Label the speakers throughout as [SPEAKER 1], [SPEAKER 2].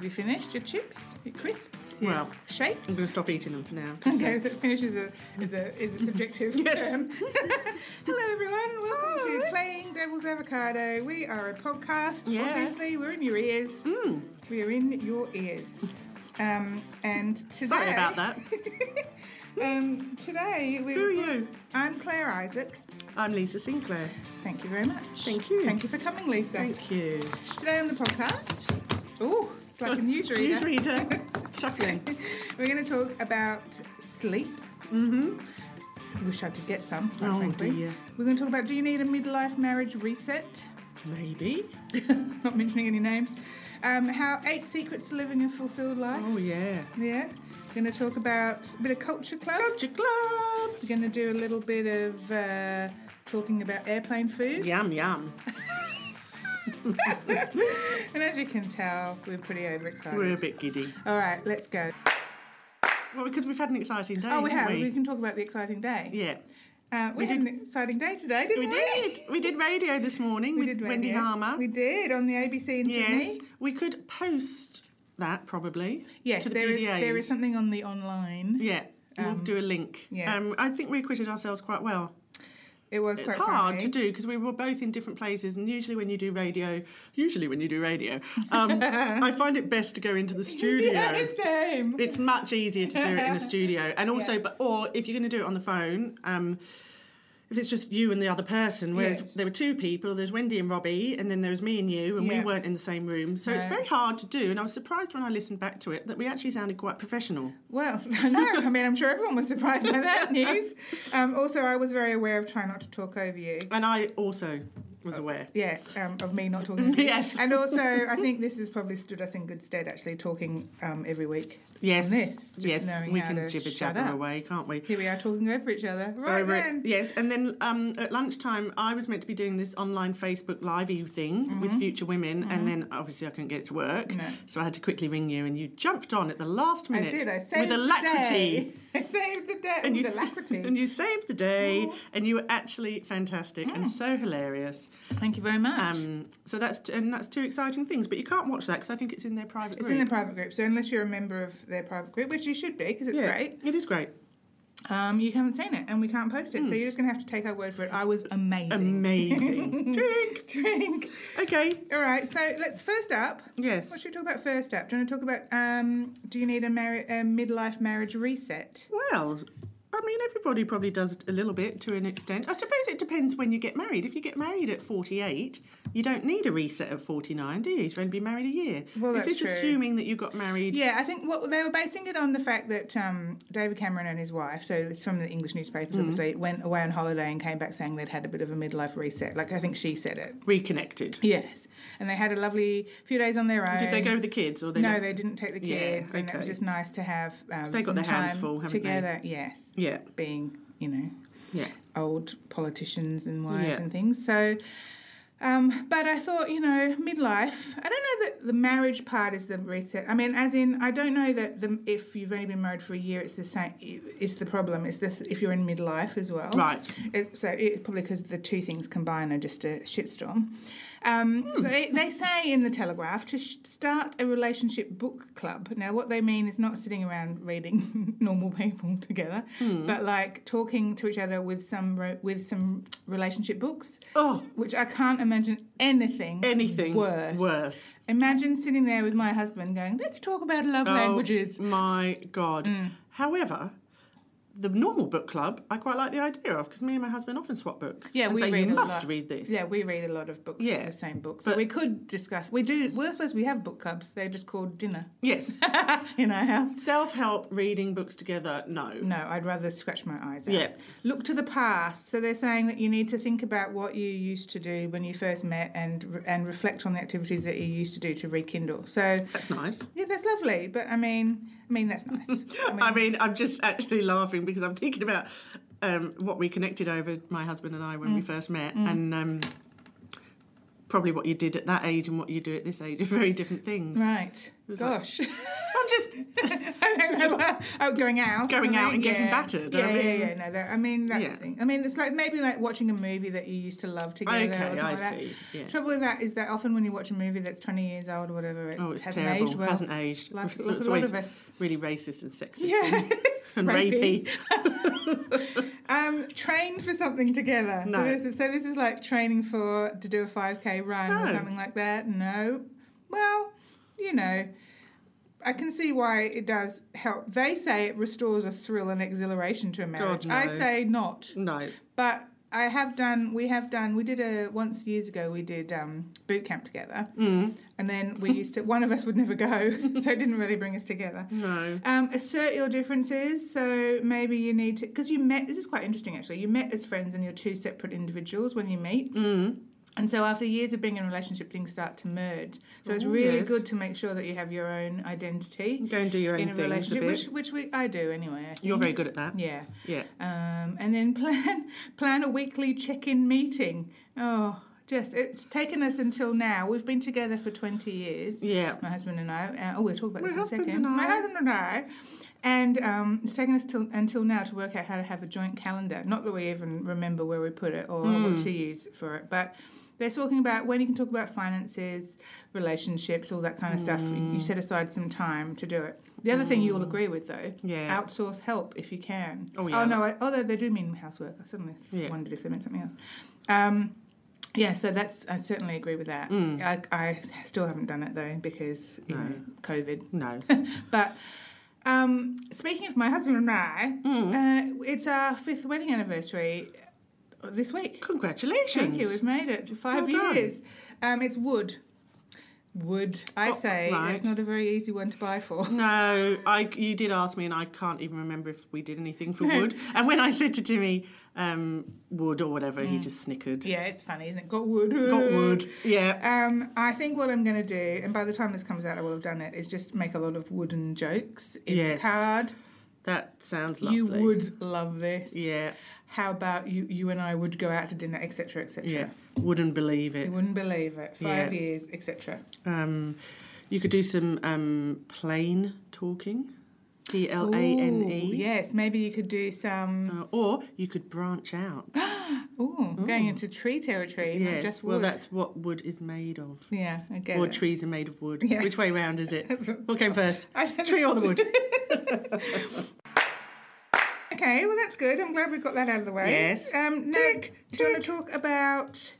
[SPEAKER 1] you finished your chips, your crisps, your
[SPEAKER 2] Well,
[SPEAKER 1] shapes?
[SPEAKER 2] I'm going to stop eating them for now. 'cause,
[SPEAKER 1] Okay,
[SPEAKER 2] uh,
[SPEAKER 1] so finish is a is a is a subjective
[SPEAKER 2] Yes.
[SPEAKER 1] term. Hello everyone, welcome to Playing Devil's Avocado. We are a podcast.
[SPEAKER 2] Yeah.
[SPEAKER 1] Obviously, we're in your ears.
[SPEAKER 2] mm,
[SPEAKER 1] We are in your ears. Um, and today,
[SPEAKER 2] sorry about that.
[SPEAKER 1] um, today we
[SPEAKER 2] Who are you?
[SPEAKER 1] I'm Claire Isaac.
[SPEAKER 2] I'm Lisa Sinclair.
[SPEAKER 1] Thank you very much.
[SPEAKER 2] Thank you.
[SPEAKER 1] Thank you for coming, Lisa.
[SPEAKER 2] Thank you.
[SPEAKER 1] Today on the podcast, oh, it's like a newsreader.
[SPEAKER 2] Newsreader. Shuffling.
[SPEAKER 1] We're going to talk about sleep.
[SPEAKER 2] Mm-hmm.
[SPEAKER 1] Wish I could get some. quite
[SPEAKER 2] Oh,
[SPEAKER 1] frankly.
[SPEAKER 2] dear.
[SPEAKER 1] We're going to talk about do you need a midlife marriage reset?
[SPEAKER 2] Maybe.
[SPEAKER 1] Not mentioning any names. Um, how eight secrets to living a fulfilled life.
[SPEAKER 2] Oh, yeah.
[SPEAKER 1] Yeah. We're going to talk about a bit of culture club.
[SPEAKER 2] Culture Club.
[SPEAKER 1] We're going to do a little bit of uh, talking about airplane food.
[SPEAKER 2] Yum, yum.
[SPEAKER 1] and as you can tell, we're pretty overexcited.
[SPEAKER 2] We're a bit giddy.
[SPEAKER 1] All right, let's go.
[SPEAKER 2] Well, because we've had an exciting day.
[SPEAKER 1] Oh, we have.
[SPEAKER 2] haven't
[SPEAKER 1] We?
[SPEAKER 2] We?
[SPEAKER 1] can talk about the exciting day.
[SPEAKER 2] Yeah.
[SPEAKER 1] Uh, we,
[SPEAKER 2] We
[SPEAKER 1] had
[SPEAKER 2] did-
[SPEAKER 1] an exciting day today, didn't
[SPEAKER 2] We
[SPEAKER 1] we?
[SPEAKER 2] did. We did radio this morning
[SPEAKER 1] We
[SPEAKER 2] with
[SPEAKER 1] did
[SPEAKER 2] Wendy
[SPEAKER 1] radio.
[SPEAKER 2] Harmer.
[SPEAKER 1] We did on the ABC in
[SPEAKER 2] yes.
[SPEAKER 1] Sydney.
[SPEAKER 2] We could post that probably.
[SPEAKER 1] Yes,
[SPEAKER 2] to the
[SPEAKER 1] there is
[SPEAKER 2] PDAs.
[SPEAKER 1] there is something on the online.
[SPEAKER 2] Yeah. We'll
[SPEAKER 1] Um,
[SPEAKER 2] do a link.
[SPEAKER 1] yeah.
[SPEAKER 2] Um, I think we acquitted ourselves quite well.
[SPEAKER 1] It was
[SPEAKER 2] it's
[SPEAKER 1] quite
[SPEAKER 2] hard to
[SPEAKER 1] funny.
[SPEAKER 2] do because we were both in different places and usually when you do radio usually when you do radio um, i find it best to go into the studio
[SPEAKER 1] Yeah, same.
[SPEAKER 2] it's much easier to do it in a studio and also
[SPEAKER 1] Yeah.
[SPEAKER 2] but or if you're going to do it on the phone um, if it's just you and the other person whereas
[SPEAKER 1] Yes.
[SPEAKER 2] there were two people there's wendy and robbie and then there was me and you and
[SPEAKER 1] Yeah.
[SPEAKER 2] we weren't in the same room so it's
[SPEAKER 1] No.
[SPEAKER 2] very hard to do and i was surprised when i listened back to it that we actually sounded quite professional
[SPEAKER 1] Well, I know. I mean, I'm sure everyone was surprised by that news. Um, also, I was very aware of trying not to talk over you.
[SPEAKER 2] and i also
[SPEAKER 1] Oh,
[SPEAKER 2] was aware
[SPEAKER 1] Yes, um, of me not talking. To you.
[SPEAKER 2] Yes.
[SPEAKER 1] and also I think this has probably stood us in good stead actually talking um, every week.
[SPEAKER 2] yes
[SPEAKER 1] on this, just
[SPEAKER 2] yes
[SPEAKER 1] knowing
[SPEAKER 2] we
[SPEAKER 1] how
[SPEAKER 2] can
[SPEAKER 1] to
[SPEAKER 2] jibber
[SPEAKER 1] shut
[SPEAKER 2] jabber
[SPEAKER 1] up.
[SPEAKER 2] away can't we
[SPEAKER 1] Here we are talking over each other. Right
[SPEAKER 2] Over it.
[SPEAKER 1] then.
[SPEAKER 2] Yes, and then um, at lunchtime, I was meant to be doing this online Facebook live you thing with future women, and then obviously I couldn't get it to work,
[SPEAKER 1] Mm-hmm. No.
[SPEAKER 2] so I had to quickly ring you, and you jumped on at the last minute
[SPEAKER 1] I did. I saved
[SPEAKER 2] with alacrity.
[SPEAKER 1] The day. I saved the day
[SPEAKER 2] And you,
[SPEAKER 1] with
[SPEAKER 2] s-
[SPEAKER 1] alacrity.
[SPEAKER 2] and you saved the day, and you were actually fantastic
[SPEAKER 1] Mm.
[SPEAKER 2] and so hilarious.
[SPEAKER 1] Thank you very much.
[SPEAKER 2] Um, so that's t- and that's two exciting things, but you can't watch that because I think it's in their private
[SPEAKER 1] it's
[SPEAKER 2] group.
[SPEAKER 1] in the private group, so unless you're a member of their private group, which you should be because it's
[SPEAKER 2] yeah,
[SPEAKER 1] great,
[SPEAKER 2] It is great,
[SPEAKER 1] um, you haven't seen it and we can't post it.
[SPEAKER 2] Hmm.
[SPEAKER 1] So you're just going to have to take our word for it. I was amazing.
[SPEAKER 2] amazing. Drink.
[SPEAKER 1] Drink.
[SPEAKER 2] Okay.
[SPEAKER 1] All right, so let's first up.
[SPEAKER 2] Yes.
[SPEAKER 1] What should we talk about first up? Do you want to talk about um, do you need a, mari- a midlife marriage reset?
[SPEAKER 2] Well, I mean, everybody probably does a little bit to an extent. I suppose it depends when you get married. If you get married at 48, you don't need a reset at 49, do you? You've only been married a year.
[SPEAKER 1] Well,
[SPEAKER 2] it's
[SPEAKER 1] that's
[SPEAKER 2] just
[SPEAKER 1] true.
[SPEAKER 2] assuming that you got married.
[SPEAKER 1] Yeah, I think what they were basing it on the fact that um, David Cameron and his wife, so it's from the English
[SPEAKER 2] Hmm.
[SPEAKER 1] newspapers, obviously, went away on holiday and came back saying they'd had a bit of a midlife reset. Like I think she said it.
[SPEAKER 2] Reconnected.
[SPEAKER 1] Yes, and they had a lovely few days on their own.
[SPEAKER 2] Did they go with the kids or they
[SPEAKER 1] no,
[SPEAKER 2] left-
[SPEAKER 1] they didn't take the kids,
[SPEAKER 2] Yeah,
[SPEAKER 1] and it was
[SPEAKER 2] okay.
[SPEAKER 1] just nice to have. Um,
[SPEAKER 2] They got
[SPEAKER 1] some
[SPEAKER 2] their hands
[SPEAKER 1] time
[SPEAKER 2] full, haven't they?
[SPEAKER 1] together. Yes,
[SPEAKER 2] Yeah,
[SPEAKER 1] being you know
[SPEAKER 2] yeah.
[SPEAKER 1] old politicians and wives
[SPEAKER 2] Yeah.
[SPEAKER 1] and things. So, um, but I thought, you know, midlife. I don't know that the marriage part is the reset. I mean, as in, I don't know that the, if you've only been married for a year, it's the same. It's the problem. It's the if you're in midlife as well.
[SPEAKER 2] Right.
[SPEAKER 1] It, so it's probably because the two things combined are just a shitstorm. Um, they, they say in the Telegraph to sh- start a relationship book club. Now, what they mean is not sitting around reading normal people together, but like talking to each other with some ro- with some relationship books,
[SPEAKER 2] Oh,
[SPEAKER 1] which I can't imagine anything
[SPEAKER 2] anything
[SPEAKER 1] worse.
[SPEAKER 2] Worse.
[SPEAKER 1] Imagine sitting there with my husband going, "Let's talk about love languages." Mm.
[SPEAKER 2] Oh, my God. However, the normal book club, I quite like the idea of because me and my husband often swap books.
[SPEAKER 1] Yeah,
[SPEAKER 2] and
[SPEAKER 1] we
[SPEAKER 2] say,
[SPEAKER 1] read
[SPEAKER 2] You
[SPEAKER 1] a
[SPEAKER 2] must
[SPEAKER 1] lot."
[SPEAKER 2] read this.
[SPEAKER 1] Yeah, we read a lot of books.
[SPEAKER 2] Yeah.
[SPEAKER 1] the same books. So
[SPEAKER 2] But-
[SPEAKER 1] we could discuss. We do. We're supposed we have book clubs. They're just called dinner
[SPEAKER 2] Yes.
[SPEAKER 1] in our house.
[SPEAKER 2] Self help reading books together, no.
[SPEAKER 1] No, I'd rather scratch my eyes out.
[SPEAKER 2] Yeah.
[SPEAKER 1] Look to the past. So they're saying that you need to think about what you used to do when you first met and and reflect on the activities that you used to do to rekindle. So
[SPEAKER 2] That's nice.
[SPEAKER 1] yeah, that's lovely. But I mean, I mean that's nice. I mean,
[SPEAKER 2] I mean, I'm just actually laughing because I'm thinking about um, what we connected over, my husband and I, when
[SPEAKER 1] Mm.
[SPEAKER 2] we first met, and um, probably what you did at that age and what you do at this age are very different things.
[SPEAKER 1] right.
[SPEAKER 2] was like-
[SPEAKER 1] Gosh.
[SPEAKER 2] I'm just,
[SPEAKER 1] I don't
[SPEAKER 2] just just
[SPEAKER 1] oh, going out,
[SPEAKER 2] going
[SPEAKER 1] I
[SPEAKER 2] out
[SPEAKER 1] mean,
[SPEAKER 2] and getting
[SPEAKER 1] yeah.
[SPEAKER 2] battered. I
[SPEAKER 1] Yeah, yeah,
[SPEAKER 2] mean-
[SPEAKER 1] yeah. No, that, I mean that
[SPEAKER 2] Yeah.
[SPEAKER 1] thing. I mean, it's like maybe like watching a movie that you used to love together. or
[SPEAKER 2] okay.
[SPEAKER 1] something
[SPEAKER 2] I
[SPEAKER 1] like that.
[SPEAKER 2] see. Yeah.
[SPEAKER 1] Trouble with that is that often when you watch a movie that's twenty years old or whatever, it
[SPEAKER 2] Oh, it's
[SPEAKER 1] hasn't
[SPEAKER 2] terrible.
[SPEAKER 1] aged well.
[SPEAKER 2] Hasn't aged.
[SPEAKER 1] Like,
[SPEAKER 2] So
[SPEAKER 1] look
[SPEAKER 2] it's
[SPEAKER 1] at all
[SPEAKER 2] always
[SPEAKER 1] of us.
[SPEAKER 2] really racist and sexist
[SPEAKER 1] Yeah,
[SPEAKER 2] and, and rapey.
[SPEAKER 1] Um, train for something together.
[SPEAKER 2] No.
[SPEAKER 1] So, this is, so this is like training for to do a five k run
[SPEAKER 2] No.
[SPEAKER 1] or something like that. No. Well, you know, I can see why it does help. They say it restores a thrill and exhilaration to a marriage.
[SPEAKER 2] God, no.
[SPEAKER 1] I say not,
[SPEAKER 2] No.
[SPEAKER 1] but. I have done. We have done. We did a once years ago. We did um, boot camp together,
[SPEAKER 2] Mm.
[SPEAKER 1] and then we used to. One of us would never go, so it didn't really bring us together.
[SPEAKER 2] No.
[SPEAKER 1] Um, assert your differences. So maybe you need to, because you met, this is quite interesting actually. You met as friends and you're two separate individuals when you meet.
[SPEAKER 2] Mm.
[SPEAKER 1] And so after years of being in a relationship, things start to merge. So it's
[SPEAKER 2] Oh,
[SPEAKER 1] really
[SPEAKER 2] yes.
[SPEAKER 1] good to make sure that you have your own identity
[SPEAKER 2] Go and do your
[SPEAKER 1] in a
[SPEAKER 2] own things a
[SPEAKER 1] relationship, Mm.
[SPEAKER 2] bit.
[SPEAKER 1] which, which we, I do anyway. I think.
[SPEAKER 2] You're very good at that.
[SPEAKER 1] Yeah.
[SPEAKER 2] Yeah.
[SPEAKER 1] Um, and then plan plan a weekly check in meeting. Oh, just, it's taken us until now. We've been together for 20 years
[SPEAKER 2] Yeah.
[SPEAKER 1] my husband and I. Uh, oh, we'll talk about
[SPEAKER 2] My
[SPEAKER 1] this in a
[SPEAKER 2] husband
[SPEAKER 1] second.
[SPEAKER 2] and
[SPEAKER 1] My
[SPEAKER 2] I.
[SPEAKER 1] husband and I. And um, it's taken us till, until now to work out how to have a joint calendar. Not that we even remember where we put it or
[SPEAKER 2] Hmm.
[SPEAKER 1] what to use for it, but they're talking about when you can talk about finances, relationships, all that kind of stuff.
[SPEAKER 2] Hmm.
[SPEAKER 1] You set aside some time to do it. The other thing you all agree with, though,
[SPEAKER 2] Yeah.
[SPEAKER 1] outsource help if you can.
[SPEAKER 2] Oh, yeah.
[SPEAKER 1] Oh no, I, although they do mean housework. I suddenly
[SPEAKER 2] Yeah.
[SPEAKER 1] wondered if they meant something else. Um, yeah, so that's I certainly agree with that. I, I still haven't done it though because you
[SPEAKER 2] Mm. No.
[SPEAKER 1] know COVID.
[SPEAKER 2] No.
[SPEAKER 1] But um, speaking of my husband and I,
[SPEAKER 2] Mm.
[SPEAKER 1] uh, it's our fifth wedding anniversary this week.
[SPEAKER 2] Congratulations.
[SPEAKER 1] Thank you, we've made it to five
[SPEAKER 2] Well done.
[SPEAKER 1] years. Um, it's wood. Wood, I
[SPEAKER 2] Oh,
[SPEAKER 1] say,
[SPEAKER 2] right.
[SPEAKER 1] it's not a very easy one to buy for.
[SPEAKER 2] No, I you did ask me, and I can't even remember if we did anything for wood. And when I said to Jimmy, um, wood or whatever, he just snickered.
[SPEAKER 1] Mm. Yeah, it's funny, isn't it? Got wood.
[SPEAKER 2] Got wood. Yeah.
[SPEAKER 1] Um, I think what I'm going to do, and by the time this comes out, I will have done it, is just make a lot of wooden jokes in
[SPEAKER 2] Yes.
[SPEAKER 1] the card.
[SPEAKER 2] That sounds lovely.
[SPEAKER 1] You would love this.
[SPEAKER 2] Yeah.
[SPEAKER 1] How about you? You and I would go out to dinner, etc., etc.
[SPEAKER 2] Yeah. Wouldn't believe
[SPEAKER 1] You
[SPEAKER 2] it.
[SPEAKER 1] wouldn't believe it. Five
[SPEAKER 2] Yeah.
[SPEAKER 1] years, etc.
[SPEAKER 2] Um, you could do some um, plain talking. P L A N
[SPEAKER 1] Ooh,
[SPEAKER 2] E.
[SPEAKER 1] Yes, maybe you could do some.
[SPEAKER 2] Uh, or you could branch out.
[SPEAKER 1] Ooh, going into tree territory. not
[SPEAKER 2] yes.
[SPEAKER 1] just
[SPEAKER 2] well,
[SPEAKER 1] wood.
[SPEAKER 2] that's what wood is made of.
[SPEAKER 1] yeah. I get
[SPEAKER 2] Or
[SPEAKER 1] it.
[SPEAKER 2] trees are made of wood.
[SPEAKER 1] Yeah.
[SPEAKER 2] Which way round is it? What came first? Tree or the wood?
[SPEAKER 1] Okay, well that's good. I'm glad we got that out of the way.
[SPEAKER 2] Yes.
[SPEAKER 1] Um, now, do you want to talk about?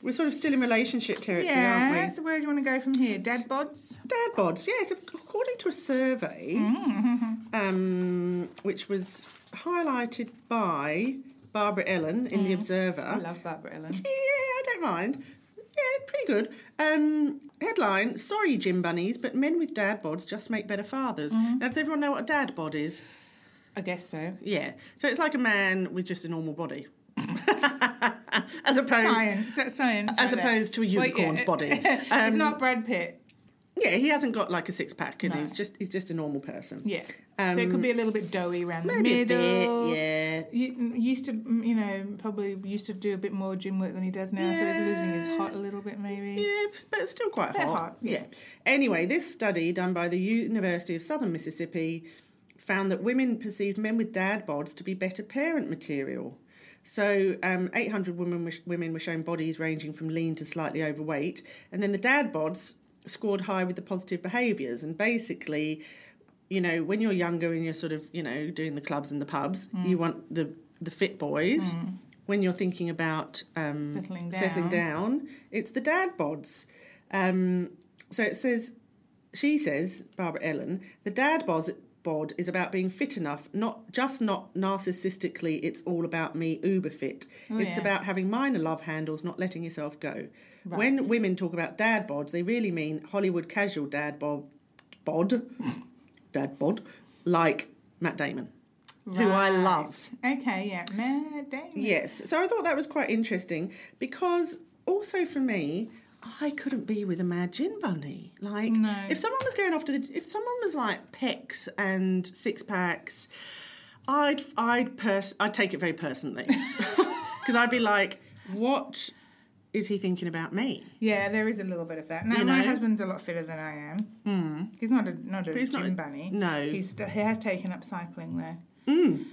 [SPEAKER 2] We're sort of still in relationship territory,
[SPEAKER 1] yeah.
[SPEAKER 2] aren't
[SPEAKER 1] So where do you want to go from here? Dad bods.
[SPEAKER 2] we? Dad bods, yes. According to a survey,
[SPEAKER 1] Mm.
[SPEAKER 2] um, which was highlighted by Barbara Ellen in
[SPEAKER 1] Mm.
[SPEAKER 2] The
[SPEAKER 1] I
[SPEAKER 2] Observer.
[SPEAKER 1] love Barbara Ellen.
[SPEAKER 2] Yeah, I don't mind. Yeah, pretty good. Um, headline: Sorry, Jim Bunnies, but men with dad bods just make better fathers.
[SPEAKER 1] Mm-hmm.
[SPEAKER 2] Now, does everyone know what a dad bod is?
[SPEAKER 1] I guess so.
[SPEAKER 2] Yeah, so it's like a man with just a normal body, as opposed
[SPEAKER 1] Science. That's science.
[SPEAKER 2] as
[SPEAKER 1] right there.
[SPEAKER 2] opposed to a
[SPEAKER 1] Well, yeah,
[SPEAKER 2] unicorn's
[SPEAKER 1] it-
[SPEAKER 2] body.
[SPEAKER 1] it's
[SPEAKER 2] Um,
[SPEAKER 1] not Brad Pitt.
[SPEAKER 2] Yeah, he hasn't got like a six pack, and
[SPEAKER 1] No.
[SPEAKER 2] he's just he's just a normal person.
[SPEAKER 1] Yeah.
[SPEAKER 2] Um,
[SPEAKER 1] so it could be a little bit doughy around
[SPEAKER 2] Maybe
[SPEAKER 1] the middle.
[SPEAKER 2] a bit, yeah.
[SPEAKER 1] You, mm, used to, mm, you know, probably used to do a bit more gym work than he does now, so he's losing his hot a little bit, maybe.
[SPEAKER 2] Yeah, f- but still quite
[SPEAKER 1] Bit
[SPEAKER 2] hot.
[SPEAKER 1] hot,
[SPEAKER 2] yeah. Anyway, this study done by the University of Southern Mississippi found that women perceived men with dad bods to be better parent material. So, um, 800 women were, women were shown bodies ranging from lean to slightly overweight, and then the dad bods scored high with the positive behaviours. And basically, you know, when you're younger and you're sort of, you know, doing the clubs and the pubs, you want the the fit boys. When you're thinking about um,
[SPEAKER 1] Settling
[SPEAKER 2] settling down, it's the dad bods. Um, so it says, she says, Barbara Ellen, the dad bod, bod is about being fit enough, not just not narcissistically. It's all about me, uber fit. it's
[SPEAKER 1] Oh, yeah.
[SPEAKER 2] about having minor love handles, not letting yourself go. When women talk about dad bods, they really mean Hollywood casual dad bod, bod, dad bod, like Matt Damon, who I
[SPEAKER 1] Right.
[SPEAKER 2] love.
[SPEAKER 1] Okay, yeah. Mad Damon.
[SPEAKER 2] Yes. So I thought that was quite interesting because also for me, I couldn't be with a mad gin bunny. Like
[SPEAKER 1] No.
[SPEAKER 2] if someone was going after the if someone was like pecs and six packs, I'd I'd pers- I'd take it very personally. Cuz I'd be like, "What is he thinking about me?
[SPEAKER 1] Yeah, there is a little bit of that. Now,
[SPEAKER 2] You
[SPEAKER 1] my
[SPEAKER 2] know?
[SPEAKER 1] husband's a lot fitter than I am.
[SPEAKER 2] Mm.
[SPEAKER 1] He's not a not a
[SPEAKER 2] But he's not
[SPEAKER 1] gym
[SPEAKER 2] a-
[SPEAKER 1] bunny.
[SPEAKER 2] No,
[SPEAKER 1] He's, he has taken up cycling though.
[SPEAKER 2] mm.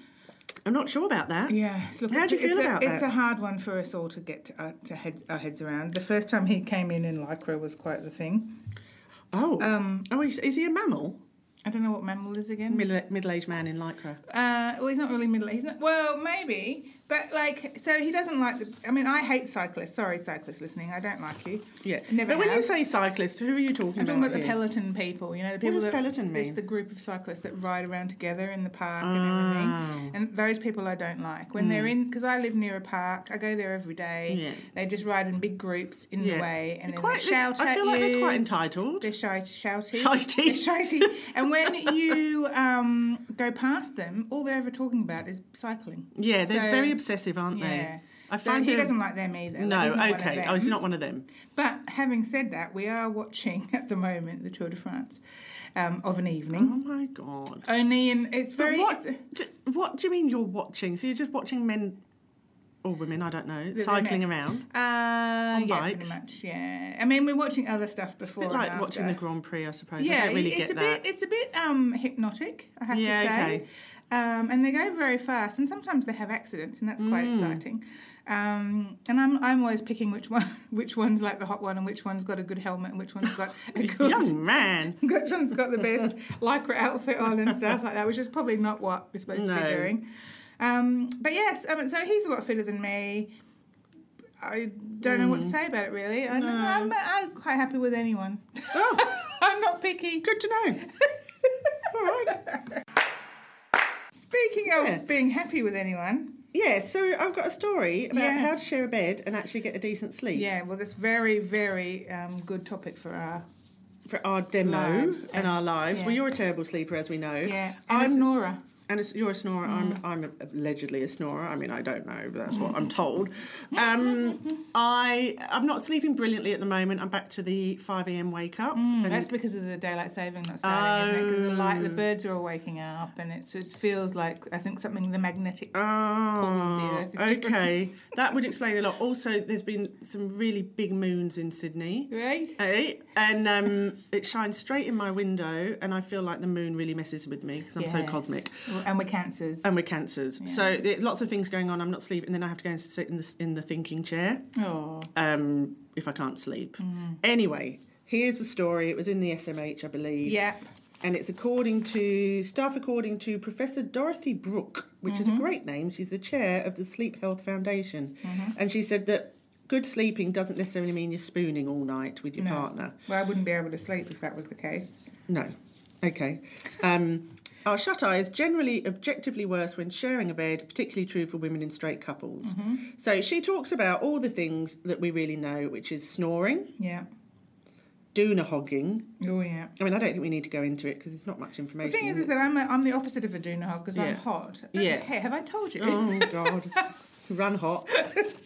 [SPEAKER 2] I'm not sure about that.
[SPEAKER 1] Yeah. it's- Look,
[SPEAKER 2] How
[SPEAKER 1] it's,
[SPEAKER 2] do you feel
[SPEAKER 1] it's
[SPEAKER 2] about
[SPEAKER 1] a, It's
[SPEAKER 2] that?
[SPEAKER 1] a hard one for us all to get to, uh, to head, our heads around. The first time he came in in lycra was quite the thing.
[SPEAKER 2] Oh,
[SPEAKER 1] Um,
[SPEAKER 2] oh, is, is he a mammal?
[SPEAKER 1] I don't know what mammal is again.
[SPEAKER 2] Middle, middle-aged man in lycra.
[SPEAKER 1] Uh, well, he's not really middle. He's not. Well, maybe, but like, so he doesn't like the. I mean, I hate cyclists. Sorry, cyclists listening, I don't like you.
[SPEAKER 2] Yeah.
[SPEAKER 1] Never
[SPEAKER 2] but when you
[SPEAKER 1] have.
[SPEAKER 2] say cyclist, who are you talking
[SPEAKER 1] I'm
[SPEAKER 2] about?
[SPEAKER 1] talking about the
[SPEAKER 2] here?
[SPEAKER 1] peloton people. You know, the people
[SPEAKER 2] does
[SPEAKER 1] that
[SPEAKER 2] peloton
[SPEAKER 1] It's
[SPEAKER 2] mean?
[SPEAKER 1] the group of cyclists that ride around together in the park and everything.
[SPEAKER 2] Ah. Hmm.
[SPEAKER 1] And those people I don't like when they're in because I live near a park. I go there every day.
[SPEAKER 2] Yeah.
[SPEAKER 1] They just ride in big groups in
[SPEAKER 2] Yeah.
[SPEAKER 1] the way and then
[SPEAKER 2] Quite,
[SPEAKER 1] they shout
[SPEAKER 2] I
[SPEAKER 1] at
[SPEAKER 2] feel
[SPEAKER 1] you.
[SPEAKER 2] like they're quite entitled.
[SPEAKER 1] they're shy, shouty.
[SPEAKER 2] Shitey.
[SPEAKER 1] They're shouty. and when you um, go past them, all they're ever talking about is cycling.
[SPEAKER 2] Yeah, they're
[SPEAKER 1] So-
[SPEAKER 2] very obsessive, aren't
[SPEAKER 1] Yeah.
[SPEAKER 2] they? I
[SPEAKER 1] So
[SPEAKER 2] find
[SPEAKER 1] he
[SPEAKER 2] they're-
[SPEAKER 1] doesn't like them either. like,
[SPEAKER 2] No,
[SPEAKER 1] he's not one of
[SPEAKER 2] okay.
[SPEAKER 1] them.
[SPEAKER 2] I was not one of them.
[SPEAKER 1] But having said that, we are watching at the moment the Tour de France um, of an evening.
[SPEAKER 2] Oh my god.
[SPEAKER 1] Only in it's very
[SPEAKER 2] But what?
[SPEAKER 1] it's-
[SPEAKER 2] d- what do you mean you're watching? So you're just watching men or women? I don't know.
[SPEAKER 1] the
[SPEAKER 2] Cycling
[SPEAKER 1] men.
[SPEAKER 2] around.
[SPEAKER 1] uh, on yeah,
[SPEAKER 2] bikes.
[SPEAKER 1] pretty much. Yeah, I mean we're watching other stuff
[SPEAKER 2] It's a bit
[SPEAKER 1] before.
[SPEAKER 2] like
[SPEAKER 1] and
[SPEAKER 2] watching the
[SPEAKER 1] after.
[SPEAKER 2] Grand Prix, I suppose.
[SPEAKER 1] yeah,
[SPEAKER 2] I don't really
[SPEAKER 1] it's
[SPEAKER 2] get
[SPEAKER 1] a
[SPEAKER 2] that.
[SPEAKER 1] bit. It's a bit um, hypnotic. I have
[SPEAKER 2] Yeah,
[SPEAKER 1] to say.
[SPEAKER 2] okay.
[SPEAKER 1] Um, and they go very fast, and sometimes they have accidents, and that's quite
[SPEAKER 2] Mm.
[SPEAKER 1] exciting. Um, and I'm, I'm always picking which one which one's like the hot one, and which one's got a good helmet, and which one's got a good
[SPEAKER 2] Young man.
[SPEAKER 1] which one's got the best lycra outfit on and stuff like that, which is probably not what we're supposed to
[SPEAKER 2] No.
[SPEAKER 1] be doing. Um, but yes, um, so he's a lot fitter than me. I don't know what to say about it really. I
[SPEAKER 2] Hmm. No.
[SPEAKER 1] I'm, I'm quite happy with anyone.
[SPEAKER 2] Oh.
[SPEAKER 1] I'm not picky.
[SPEAKER 2] Good to know. All right.
[SPEAKER 1] Speaking of
[SPEAKER 2] Yeah.
[SPEAKER 1] being happy with anyone,
[SPEAKER 2] Yeah, so I've got a story about
[SPEAKER 1] Yes.
[SPEAKER 2] how to share a bed and actually get a decent sleep
[SPEAKER 1] yeah, well, that's very, very um, good topic for our.
[SPEAKER 2] for our demo
[SPEAKER 1] Lives,
[SPEAKER 2] and our lives.
[SPEAKER 1] yeah.
[SPEAKER 2] Well, you're a terrible sleeper, as we know.
[SPEAKER 1] Yeah, and
[SPEAKER 2] I'm
[SPEAKER 1] it's Nora.
[SPEAKER 2] and it's, you're a snorer.
[SPEAKER 1] Mm.
[SPEAKER 2] I'm I'm allegedly a snorer. I mean, I don't know, but that's what I'm told. Um, I I'm not sleeping brilliantly at the moment. I'm back to the five a.m. wake up. and
[SPEAKER 1] Mm. That's because of the daylight saving not starting, isn't it? Because the light,
[SPEAKER 2] Oh.
[SPEAKER 1] the birds are all waking up, and it's, it feels like I think something the magnetic
[SPEAKER 2] Oh,
[SPEAKER 1] Earth is different.
[SPEAKER 2] okay. That would explain a lot. Also, there's been some really big moons in Sydney.
[SPEAKER 1] Right?
[SPEAKER 2] Hey, and um, it shines straight in my window, and I feel like the moon really messes with me because I'm so
[SPEAKER 1] Yes.
[SPEAKER 2] cosmic. Um,
[SPEAKER 1] And we're cancers.
[SPEAKER 2] And we're cancers, so there, lots of things going on. I'm not sleeping, and then I have to go and sit in the in the thinking chair
[SPEAKER 1] oh.
[SPEAKER 2] um, if I can't sleep.
[SPEAKER 1] Mm.
[SPEAKER 2] Anyway, here's the story. It was in the SMH, I believe.
[SPEAKER 1] Yeah.
[SPEAKER 2] and it's according to staff according to Professor Dorothy Brooke, which is a
[SPEAKER 1] Mm-hmm.
[SPEAKER 2] great name. She's the chair of the Sleep Health Foundation,
[SPEAKER 1] Mm-hmm.
[SPEAKER 2] and she said that good sleeping doesn't necessarily mean you're spooning all night with your
[SPEAKER 1] No.
[SPEAKER 2] partner.
[SPEAKER 1] Well, I wouldn't be able to sleep if that was the case.
[SPEAKER 2] No. Okay. Um, our shut eye is generally objectively worse when sharing a bed, particularly true for women in straight couples.
[SPEAKER 1] Mm-hmm.
[SPEAKER 2] So she talks about all the things that we really know, which is snoring,
[SPEAKER 1] Yeah.
[SPEAKER 2] doona hogging.
[SPEAKER 1] Oh, yeah.
[SPEAKER 2] I mean, I don't think we need to go into it because it's not much
[SPEAKER 1] The
[SPEAKER 2] information.
[SPEAKER 1] thing is,
[SPEAKER 2] in
[SPEAKER 1] is that I'm, a, I'm the opposite of a do not because I'm
[SPEAKER 2] Yeah.
[SPEAKER 1] hot.
[SPEAKER 2] Yeah.
[SPEAKER 1] Hey, have I told you?
[SPEAKER 2] Oh God, run hot.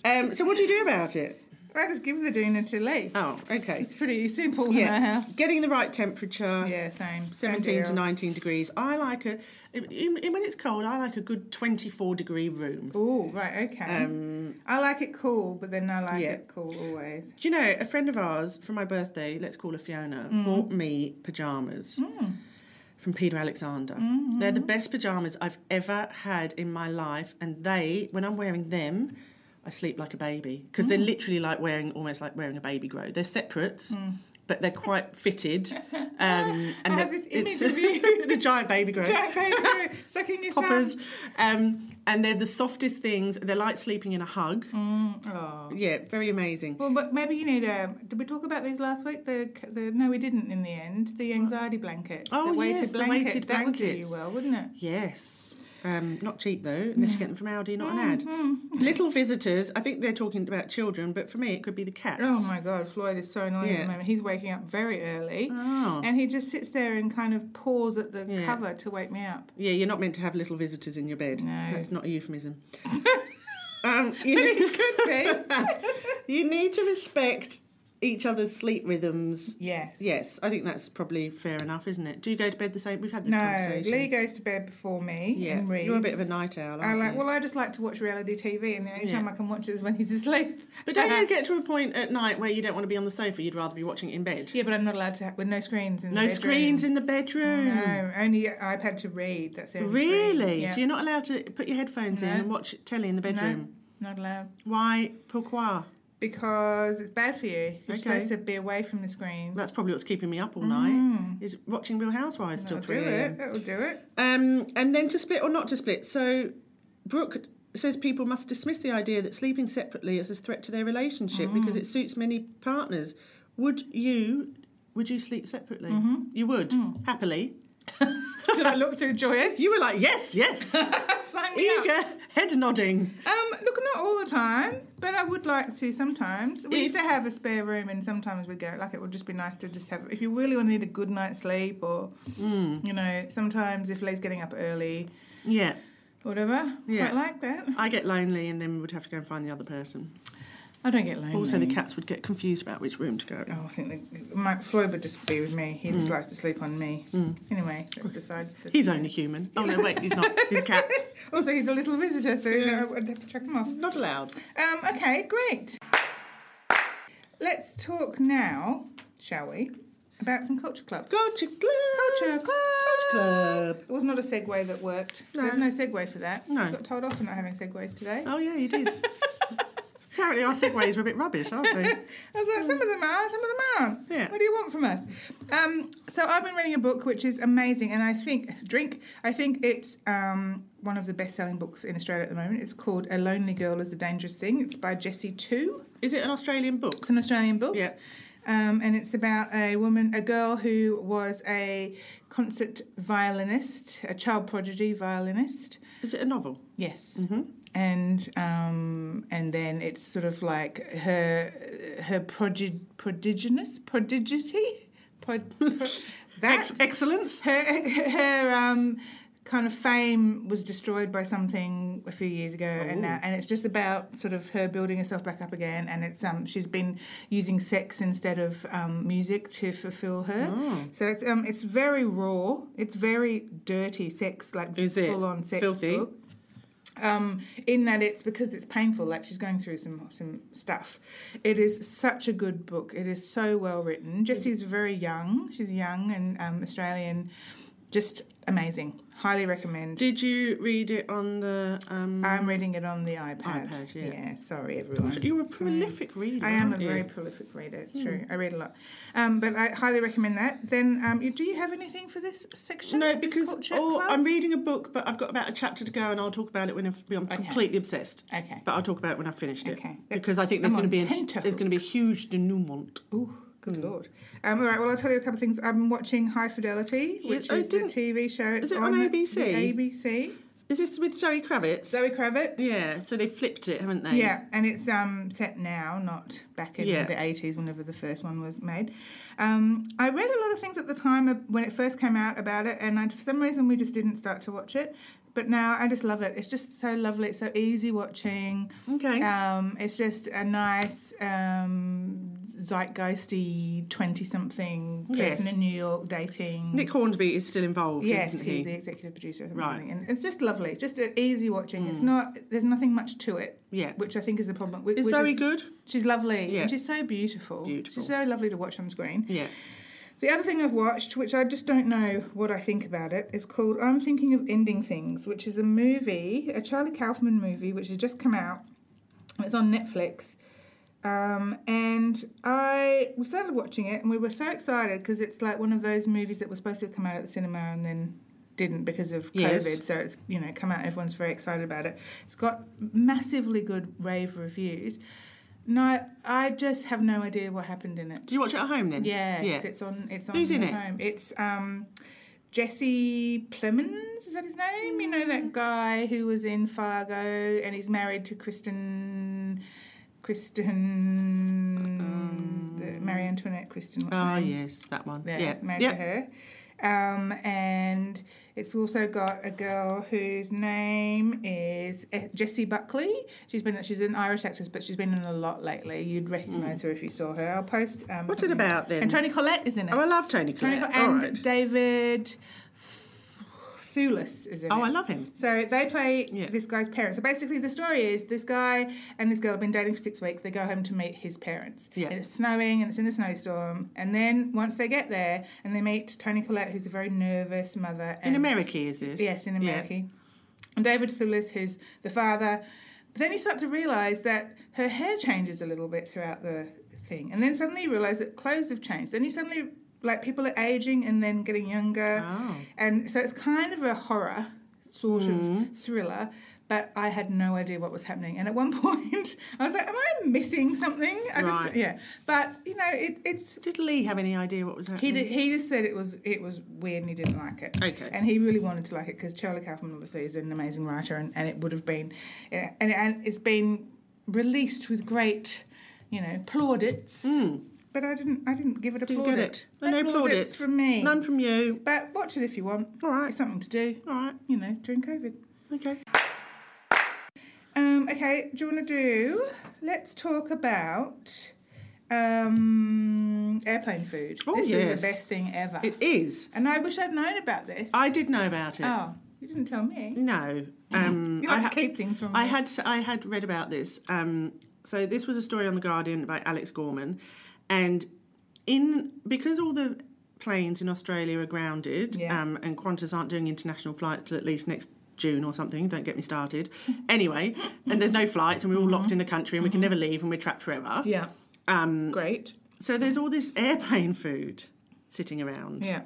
[SPEAKER 2] Um, so what do you do about it?
[SPEAKER 1] I just give the doona to Lee.
[SPEAKER 2] Oh, okay.
[SPEAKER 1] It's pretty simple in our
[SPEAKER 2] Yeah,
[SPEAKER 1] house.
[SPEAKER 2] getting the right temperature.
[SPEAKER 1] Yeah, same. same
[SPEAKER 2] 17 to
[SPEAKER 1] deal.
[SPEAKER 2] 19 degrees. I like a, in, in- when it's cold, I like a good 24 degree room.
[SPEAKER 1] Oh, right, okay.
[SPEAKER 2] Um,
[SPEAKER 1] I like it cool, but then I like
[SPEAKER 2] Yeah.
[SPEAKER 1] it cool always.
[SPEAKER 2] do you know, a friend of ours for my birthday, let's call her Fiona,
[SPEAKER 1] Mm.
[SPEAKER 2] bought me pyjamas from Peter Alexander.
[SPEAKER 1] Mm,
[SPEAKER 2] They're the best pyjamas I've ever had in my life. And they, when I'm wearing them, I sleep like a baby because
[SPEAKER 1] Mm.
[SPEAKER 2] they're literally like wearing, almost like wearing a baby grow. They're separates. But they're quite fitted, um, and
[SPEAKER 1] Mm. I have
[SPEAKER 2] they're-
[SPEAKER 1] this image
[SPEAKER 2] it's
[SPEAKER 1] of you.
[SPEAKER 2] the giant baby grow
[SPEAKER 1] Jack, over, sucking your
[SPEAKER 2] poppers, um, and they're the softest things. They're like sleeping in a hug.
[SPEAKER 1] thumb. Oh.
[SPEAKER 2] Yeah, very amazing.
[SPEAKER 1] Well, but maybe you need a. Did we talk about these last week? The, the no, we didn't in the end. The anxiety blanket.
[SPEAKER 2] Oh,
[SPEAKER 1] the
[SPEAKER 2] yes, the weighted
[SPEAKER 1] That would do
[SPEAKER 2] blankets.
[SPEAKER 1] you well, wouldn't it?
[SPEAKER 2] Yes. Um, not cheap though, unless you get them from Aldi, not an ad.
[SPEAKER 1] Mm.
[SPEAKER 2] Little visitors, I think they're talking about children, but for me it could be the cats.
[SPEAKER 1] Oh my God, Floyd is so annoying at
[SPEAKER 2] Yeah.
[SPEAKER 1] the moment. He's waking up very early,
[SPEAKER 2] Oh.
[SPEAKER 1] and he just sits there and kind of paws at the
[SPEAKER 2] Yeah.
[SPEAKER 1] cover to wake me up.
[SPEAKER 2] Yeah, you're not meant to have little visitors in your bed.
[SPEAKER 1] No.
[SPEAKER 2] That's not a euphemism. um, you,
[SPEAKER 1] But
[SPEAKER 2] need,
[SPEAKER 1] it could be.
[SPEAKER 2] you need to respect each other's sleep rhythms.
[SPEAKER 1] Yes.
[SPEAKER 2] Yes, I think that's probably fair enough, isn't it? Do you go to bed the same? We've had this
[SPEAKER 1] No,
[SPEAKER 2] conversation.
[SPEAKER 1] Lee goes to bed before me.
[SPEAKER 2] yeah,
[SPEAKER 1] and reads.
[SPEAKER 2] you're a bit of a night owl.
[SPEAKER 1] I
[SPEAKER 2] aren't
[SPEAKER 1] like.
[SPEAKER 2] you?
[SPEAKER 1] Well, I just like to watch reality TV, and the only
[SPEAKER 2] Yeah.
[SPEAKER 1] time I can watch it is when he's asleep.
[SPEAKER 2] but don't
[SPEAKER 1] uh,
[SPEAKER 2] you get to a point at night where you don't want to be on the sofa? You'd rather be watching it in bed.
[SPEAKER 1] Yeah, but I'm not allowed to have with no screens in the
[SPEAKER 2] no
[SPEAKER 1] bedroom.
[SPEAKER 2] screens in the bedroom.
[SPEAKER 1] No, only iPad to read. That's it.
[SPEAKER 2] Really?
[SPEAKER 1] Yeah.
[SPEAKER 2] So you're not allowed to put your headphones in
[SPEAKER 1] No.
[SPEAKER 2] and watch telly in the bedroom?
[SPEAKER 1] Not allowed
[SPEAKER 2] Why? Pourquoi?
[SPEAKER 1] because it's bad for you. You're
[SPEAKER 2] Okay.
[SPEAKER 1] supposed to be away from the screen.
[SPEAKER 2] That's probably what's keeping me up all night. Is watching Real Housewives till
[SPEAKER 1] Mm. That'll
[SPEAKER 2] three
[SPEAKER 1] do
[SPEAKER 2] a.m.
[SPEAKER 1] it. That'll do it.
[SPEAKER 2] Um, and then to split or not to split. So Brooke says people must dismiss the idea that sleeping separately is a threat to their
[SPEAKER 1] Mm.
[SPEAKER 2] relationship because it suits many partners. Would you? Would you sleep separately?
[SPEAKER 1] Mm-hmm.
[SPEAKER 2] You would
[SPEAKER 1] Mm.
[SPEAKER 2] happily.
[SPEAKER 1] Did I look through joyous?
[SPEAKER 2] You were like yes, yes,
[SPEAKER 1] Sign me up.
[SPEAKER 2] eager, head nodding.
[SPEAKER 1] Um, look, not all the time, but I would like to sometimes. We used to have a spare room, and sometimes we go. Like it would just be nice to just have. If you really want to need a good night's sleep, or
[SPEAKER 2] Mm.
[SPEAKER 1] you know, sometimes if Lee's getting up early,
[SPEAKER 2] Yeah,
[SPEAKER 1] whatever.
[SPEAKER 2] Yeah.
[SPEAKER 1] Quite like that.
[SPEAKER 2] I get lonely, and then we would have to go and find the other person.
[SPEAKER 1] I don't get lonely.
[SPEAKER 2] Also, the cats would get confused about which room to go. in.
[SPEAKER 1] Oh, I think the, my, Floyd would just be with me. He just likes to sleep on me. Anyway, that's beside. the-
[SPEAKER 2] Mm. He's only human. Oh no, wait, he's not. He's a cat.
[SPEAKER 1] Also, he's a little visitor, so I- I'd have to chuck him off.
[SPEAKER 2] Not allowed.
[SPEAKER 1] Um, okay, great. Let's talk now, shall we, about some culture clubs.
[SPEAKER 2] Culture club.
[SPEAKER 1] Culture club.
[SPEAKER 2] club.
[SPEAKER 1] It was not a segue that worked.
[SPEAKER 2] No.
[SPEAKER 1] There's no segue for that.
[SPEAKER 2] No.
[SPEAKER 1] I got told off for not having segues today.
[SPEAKER 2] Oh yeah, you did. Apparently our segues are a bit rubbish, aren't they?
[SPEAKER 1] I was like, some of them are, some of them aren't.
[SPEAKER 2] Yeah.
[SPEAKER 1] What do you want from us? Um, so I've been reading a book which is amazing, and I think drink. I think it's um, one of the best-selling books in Australia at the moment. It's called "A Lonely Girl Is a Dangerous Thing." It's by Jessie Two.
[SPEAKER 2] Is it an Australian book?
[SPEAKER 1] It's an Australian book.
[SPEAKER 2] Yeah.
[SPEAKER 1] Um, and it's about a woman, a girl who was a concert violinist, a child prodigy violinist.
[SPEAKER 2] Is it a novel?
[SPEAKER 1] Yes.
[SPEAKER 2] Mm-hmm.
[SPEAKER 1] And um, and then it's sort of like her her prodig- prodiginous prodigity. Prod- that
[SPEAKER 2] Ex- excellence.
[SPEAKER 1] her her um, kind of fame was destroyed by something a few years ago,
[SPEAKER 2] Oh,
[SPEAKER 1] and now, and it's just about sort of her building herself back up again. And it's um she's been using sex instead of um, music to fulfill her.
[SPEAKER 2] Oh.
[SPEAKER 1] So it's um it's very raw. It's very dirty sex, like
[SPEAKER 2] Is it?
[SPEAKER 1] full on sex
[SPEAKER 2] Filthy?
[SPEAKER 1] book. Um, in that it's because it's painful, like she's going through some some stuff. It is such a good book. It is so well written. Jessie's very young. She's young and um, Australian. Just amazing. Highly recommend.
[SPEAKER 2] Did you read it on the um
[SPEAKER 1] I'm reading it on the iPad.
[SPEAKER 2] iPad, yeah.
[SPEAKER 1] sorry, everyone.
[SPEAKER 2] You're a prolific reader.
[SPEAKER 1] I am a
[SPEAKER 2] aren't
[SPEAKER 1] very
[SPEAKER 2] you?
[SPEAKER 1] prolific reader.
[SPEAKER 2] Hmm.
[SPEAKER 1] It's true. I read a lot, um, but I highly recommend that. Then, um, you, do you have anything for this section?
[SPEAKER 2] no,
[SPEAKER 1] this
[SPEAKER 2] because
[SPEAKER 1] culture
[SPEAKER 2] or
[SPEAKER 1] club?
[SPEAKER 2] I'm reading a book, but I've got about a chapter to go, and I'll talk about it when I've, I'm completely obsessed.
[SPEAKER 1] okay.
[SPEAKER 2] But I'll talk about it when I've finished it.
[SPEAKER 1] Okay. That's-
[SPEAKER 2] Because I think there's
[SPEAKER 1] I'm
[SPEAKER 2] going to
[SPEAKER 1] on
[SPEAKER 2] be a,
[SPEAKER 1] tenterhooks.
[SPEAKER 2] there's going to be a huge denouement.
[SPEAKER 1] Ooh, good
[SPEAKER 2] Mm.
[SPEAKER 1] lord. Um, all right, well, I'll tell you a couple of things. I've been watching High Fidelity,
[SPEAKER 2] Yeah,
[SPEAKER 1] which
[SPEAKER 2] I
[SPEAKER 1] is the
[SPEAKER 2] didn't-
[SPEAKER 1] TV show. It's
[SPEAKER 2] it on
[SPEAKER 1] the
[SPEAKER 2] ABC?
[SPEAKER 1] ABC.
[SPEAKER 2] Is this with Zoe Kravitz?
[SPEAKER 1] Zoe Kravitz.
[SPEAKER 2] yeah. So they flipped it, haven't they?
[SPEAKER 1] Yeah, and it's um, set now, not back in
[SPEAKER 2] Yeah.
[SPEAKER 1] the eighties, whenever the first one was made. Um, I read a lot of things at the time of- when it first came out about it, and I, for some reason we just didn't start to watch it. But now I just love it. It's just so lovely. It's so easy watching.
[SPEAKER 2] Okay.
[SPEAKER 1] Um, it's just a nice um, zeitgeisty twenty-something person
[SPEAKER 2] Yes.
[SPEAKER 1] in New York dating.
[SPEAKER 2] Nick Hornby is still involved,
[SPEAKER 1] Yes,
[SPEAKER 2] isn't
[SPEAKER 1] he's
[SPEAKER 2] he?
[SPEAKER 1] the executive producer. Of
[SPEAKER 2] Right. Hmm.
[SPEAKER 1] right, and it's just lovely, just uh, easy watching. It's not. There's nothing much to it.
[SPEAKER 2] Yeah.
[SPEAKER 1] which I think is the problem. whi-
[SPEAKER 2] Is
[SPEAKER 1] which
[SPEAKER 2] Zoe good?
[SPEAKER 1] She's lovely.
[SPEAKER 2] Yeah.
[SPEAKER 1] and she's so beautiful.
[SPEAKER 2] Beautiful.
[SPEAKER 1] She's so lovely to watch on screen.
[SPEAKER 2] Yeah.
[SPEAKER 1] The other thing I've watched, which I just don't know what I think about it, is called "I'm Thinking of Ending Things," which is a movie, a Charlie Kaufman movie, which has just come out. It's on Netflix. Um, and I we started watching it and we were so excited because it's like one of those movies that was supposed to have come out at the cinema and then didn't because of
[SPEAKER 2] Yes.
[SPEAKER 1] COVID. So it's you know come out. Everyone's very excited about it. It's got massively good rave reviews. No, I just have no idea what happened in it.
[SPEAKER 2] Do you watch it at home then?
[SPEAKER 1] Yes,
[SPEAKER 2] Yeah.
[SPEAKER 1] it's on. It's on.
[SPEAKER 2] Who's in
[SPEAKER 1] at
[SPEAKER 2] it?
[SPEAKER 1] Home. It's um, Jesse Plemons. Is that his name? You know
[SPEAKER 2] Mm.
[SPEAKER 1] that guy who was in Fargo, and he's married to Kristen. Kristen. the Marie Antoinette. Kristen. What's her
[SPEAKER 2] Ah,
[SPEAKER 1] name?
[SPEAKER 2] yes, that one.
[SPEAKER 1] Yeah,
[SPEAKER 2] oh, yeah.
[SPEAKER 1] married
[SPEAKER 2] yeah.
[SPEAKER 1] to her. Um, and it's also got a girl whose name is eh, Jessie Buckley. She's been she's an Irish actress, but she's been in a lot lately. You'd recognise her if you saw her. I'll post. Um,
[SPEAKER 2] Mm. What's
[SPEAKER 1] something.
[SPEAKER 2] it about then?
[SPEAKER 1] And Tony Collette is in it.
[SPEAKER 2] Oh, I love Tony
[SPEAKER 1] Tony
[SPEAKER 2] Collette.
[SPEAKER 1] Collette
[SPEAKER 2] All
[SPEAKER 1] and
[SPEAKER 2] right.
[SPEAKER 1] David Thewlis is in
[SPEAKER 2] Oh,
[SPEAKER 1] it.
[SPEAKER 2] I love him.
[SPEAKER 1] So they play
[SPEAKER 2] Yeah.
[SPEAKER 1] this guy's parents. So basically, the story is this guy and this girl have been dating for six weeks. They go home to meet his parents.
[SPEAKER 2] Yeah.
[SPEAKER 1] And it's snowing and it's in a snowstorm. And then once they get there and they meet Tony Collette, who's a very nervous mother. And,
[SPEAKER 2] In America, is this?
[SPEAKER 1] Yes, in
[SPEAKER 2] Yeah.
[SPEAKER 1] America. And David Thewlis, who's the father. But then you start to realise that her hair changes a little bit throughout the thing. And then suddenly you realise that clothes have changed. Then you suddenly, like, people are aging and then getting younger.
[SPEAKER 2] Oh.
[SPEAKER 1] And so it's kind of a horror sort
[SPEAKER 2] Mm.
[SPEAKER 1] of thriller, but I had no idea what was happening. And at one point, I was like, "Am I missing something?" I
[SPEAKER 2] Right.
[SPEAKER 1] just yeah. But you know, it, it's
[SPEAKER 2] Did Lee have any idea what was
[SPEAKER 1] he
[SPEAKER 2] happening?
[SPEAKER 1] did, he just said it was it was weird and he didn't like it.
[SPEAKER 2] Okay.
[SPEAKER 1] And he really wanted to like it because Charlie Kaufman obviously is an amazing writer, and, and it would have been, and, and it's been released with great, you know, plaudits. But I didn't I didn't give it a
[SPEAKER 2] Hmm. Didn't
[SPEAKER 1] plaudit.
[SPEAKER 2] get it. No, plaudits
[SPEAKER 1] from me.
[SPEAKER 2] None from you.
[SPEAKER 1] But watch it if you want.
[SPEAKER 2] All right.
[SPEAKER 1] It's something to do
[SPEAKER 2] All right.
[SPEAKER 1] you know, during COVID.
[SPEAKER 2] Okay.
[SPEAKER 1] Um, okay, do you want to do? Let's talk about um, airplane food.
[SPEAKER 2] Oh,
[SPEAKER 1] this
[SPEAKER 2] yes.
[SPEAKER 1] is the best thing ever.
[SPEAKER 2] It is.
[SPEAKER 1] and I wish I'd known about this.
[SPEAKER 2] I did know about it.
[SPEAKER 1] oh, you didn't tell me.
[SPEAKER 2] No. Um,
[SPEAKER 1] You
[SPEAKER 2] I
[SPEAKER 1] like
[SPEAKER 2] ha-
[SPEAKER 1] to keep things from
[SPEAKER 2] I
[SPEAKER 1] me.
[SPEAKER 2] had s- I had read about this. Um, so this was a story on the Guardian by Alex Gorman, and in because all the planes in Australia are grounded,
[SPEAKER 1] Yeah.
[SPEAKER 2] um, and Qantas aren't doing international flights till at least next June or something. Don't get me started. Anyway, and there's no flights, and we're all locked in the country, and we can never leave, and we're trapped forever.
[SPEAKER 1] Mm-hmm. Yeah.
[SPEAKER 2] Um,
[SPEAKER 1] Great.
[SPEAKER 2] so there's all this airplane food sitting around.
[SPEAKER 1] Yeah.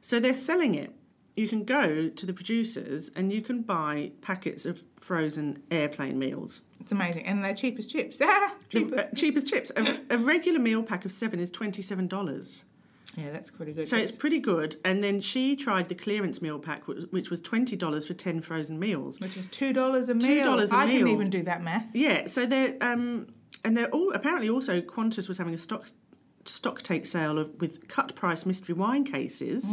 [SPEAKER 2] So they're selling it. You can go to the producers and you can buy packets of frozen airplane meals.
[SPEAKER 1] It's amazing. And they're cheap as chips.
[SPEAKER 2] Cheap,
[SPEAKER 1] Cheaper.
[SPEAKER 2] cheap as chips. A, a regular meal pack of seven is twenty-seven dollars,
[SPEAKER 1] Yeah, that's pretty good.
[SPEAKER 2] so it's pretty good. And then she tried the clearance meal pack, wh- which was twenty dollars for ten frozen meals.
[SPEAKER 1] Which is $2 a meal.
[SPEAKER 2] $2 a
[SPEAKER 1] I couldn't
[SPEAKER 2] meal.
[SPEAKER 1] even do that math.
[SPEAKER 2] Yeah, so they're um, and they're all apparently also Qantas was having a stock stock take sale of with cut price mystery wine cases,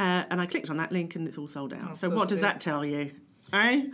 [SPEAKER 2] uh, and I clicked on that link and it's all sold out.
[SPEAKER 1] Mm. Of
[SPEAKER 2] so
[SPEAKER 1] course
[SPEAKER 2] what does
[SPEAKER 1] it
[SPEAKER 2] that tell you? Eh?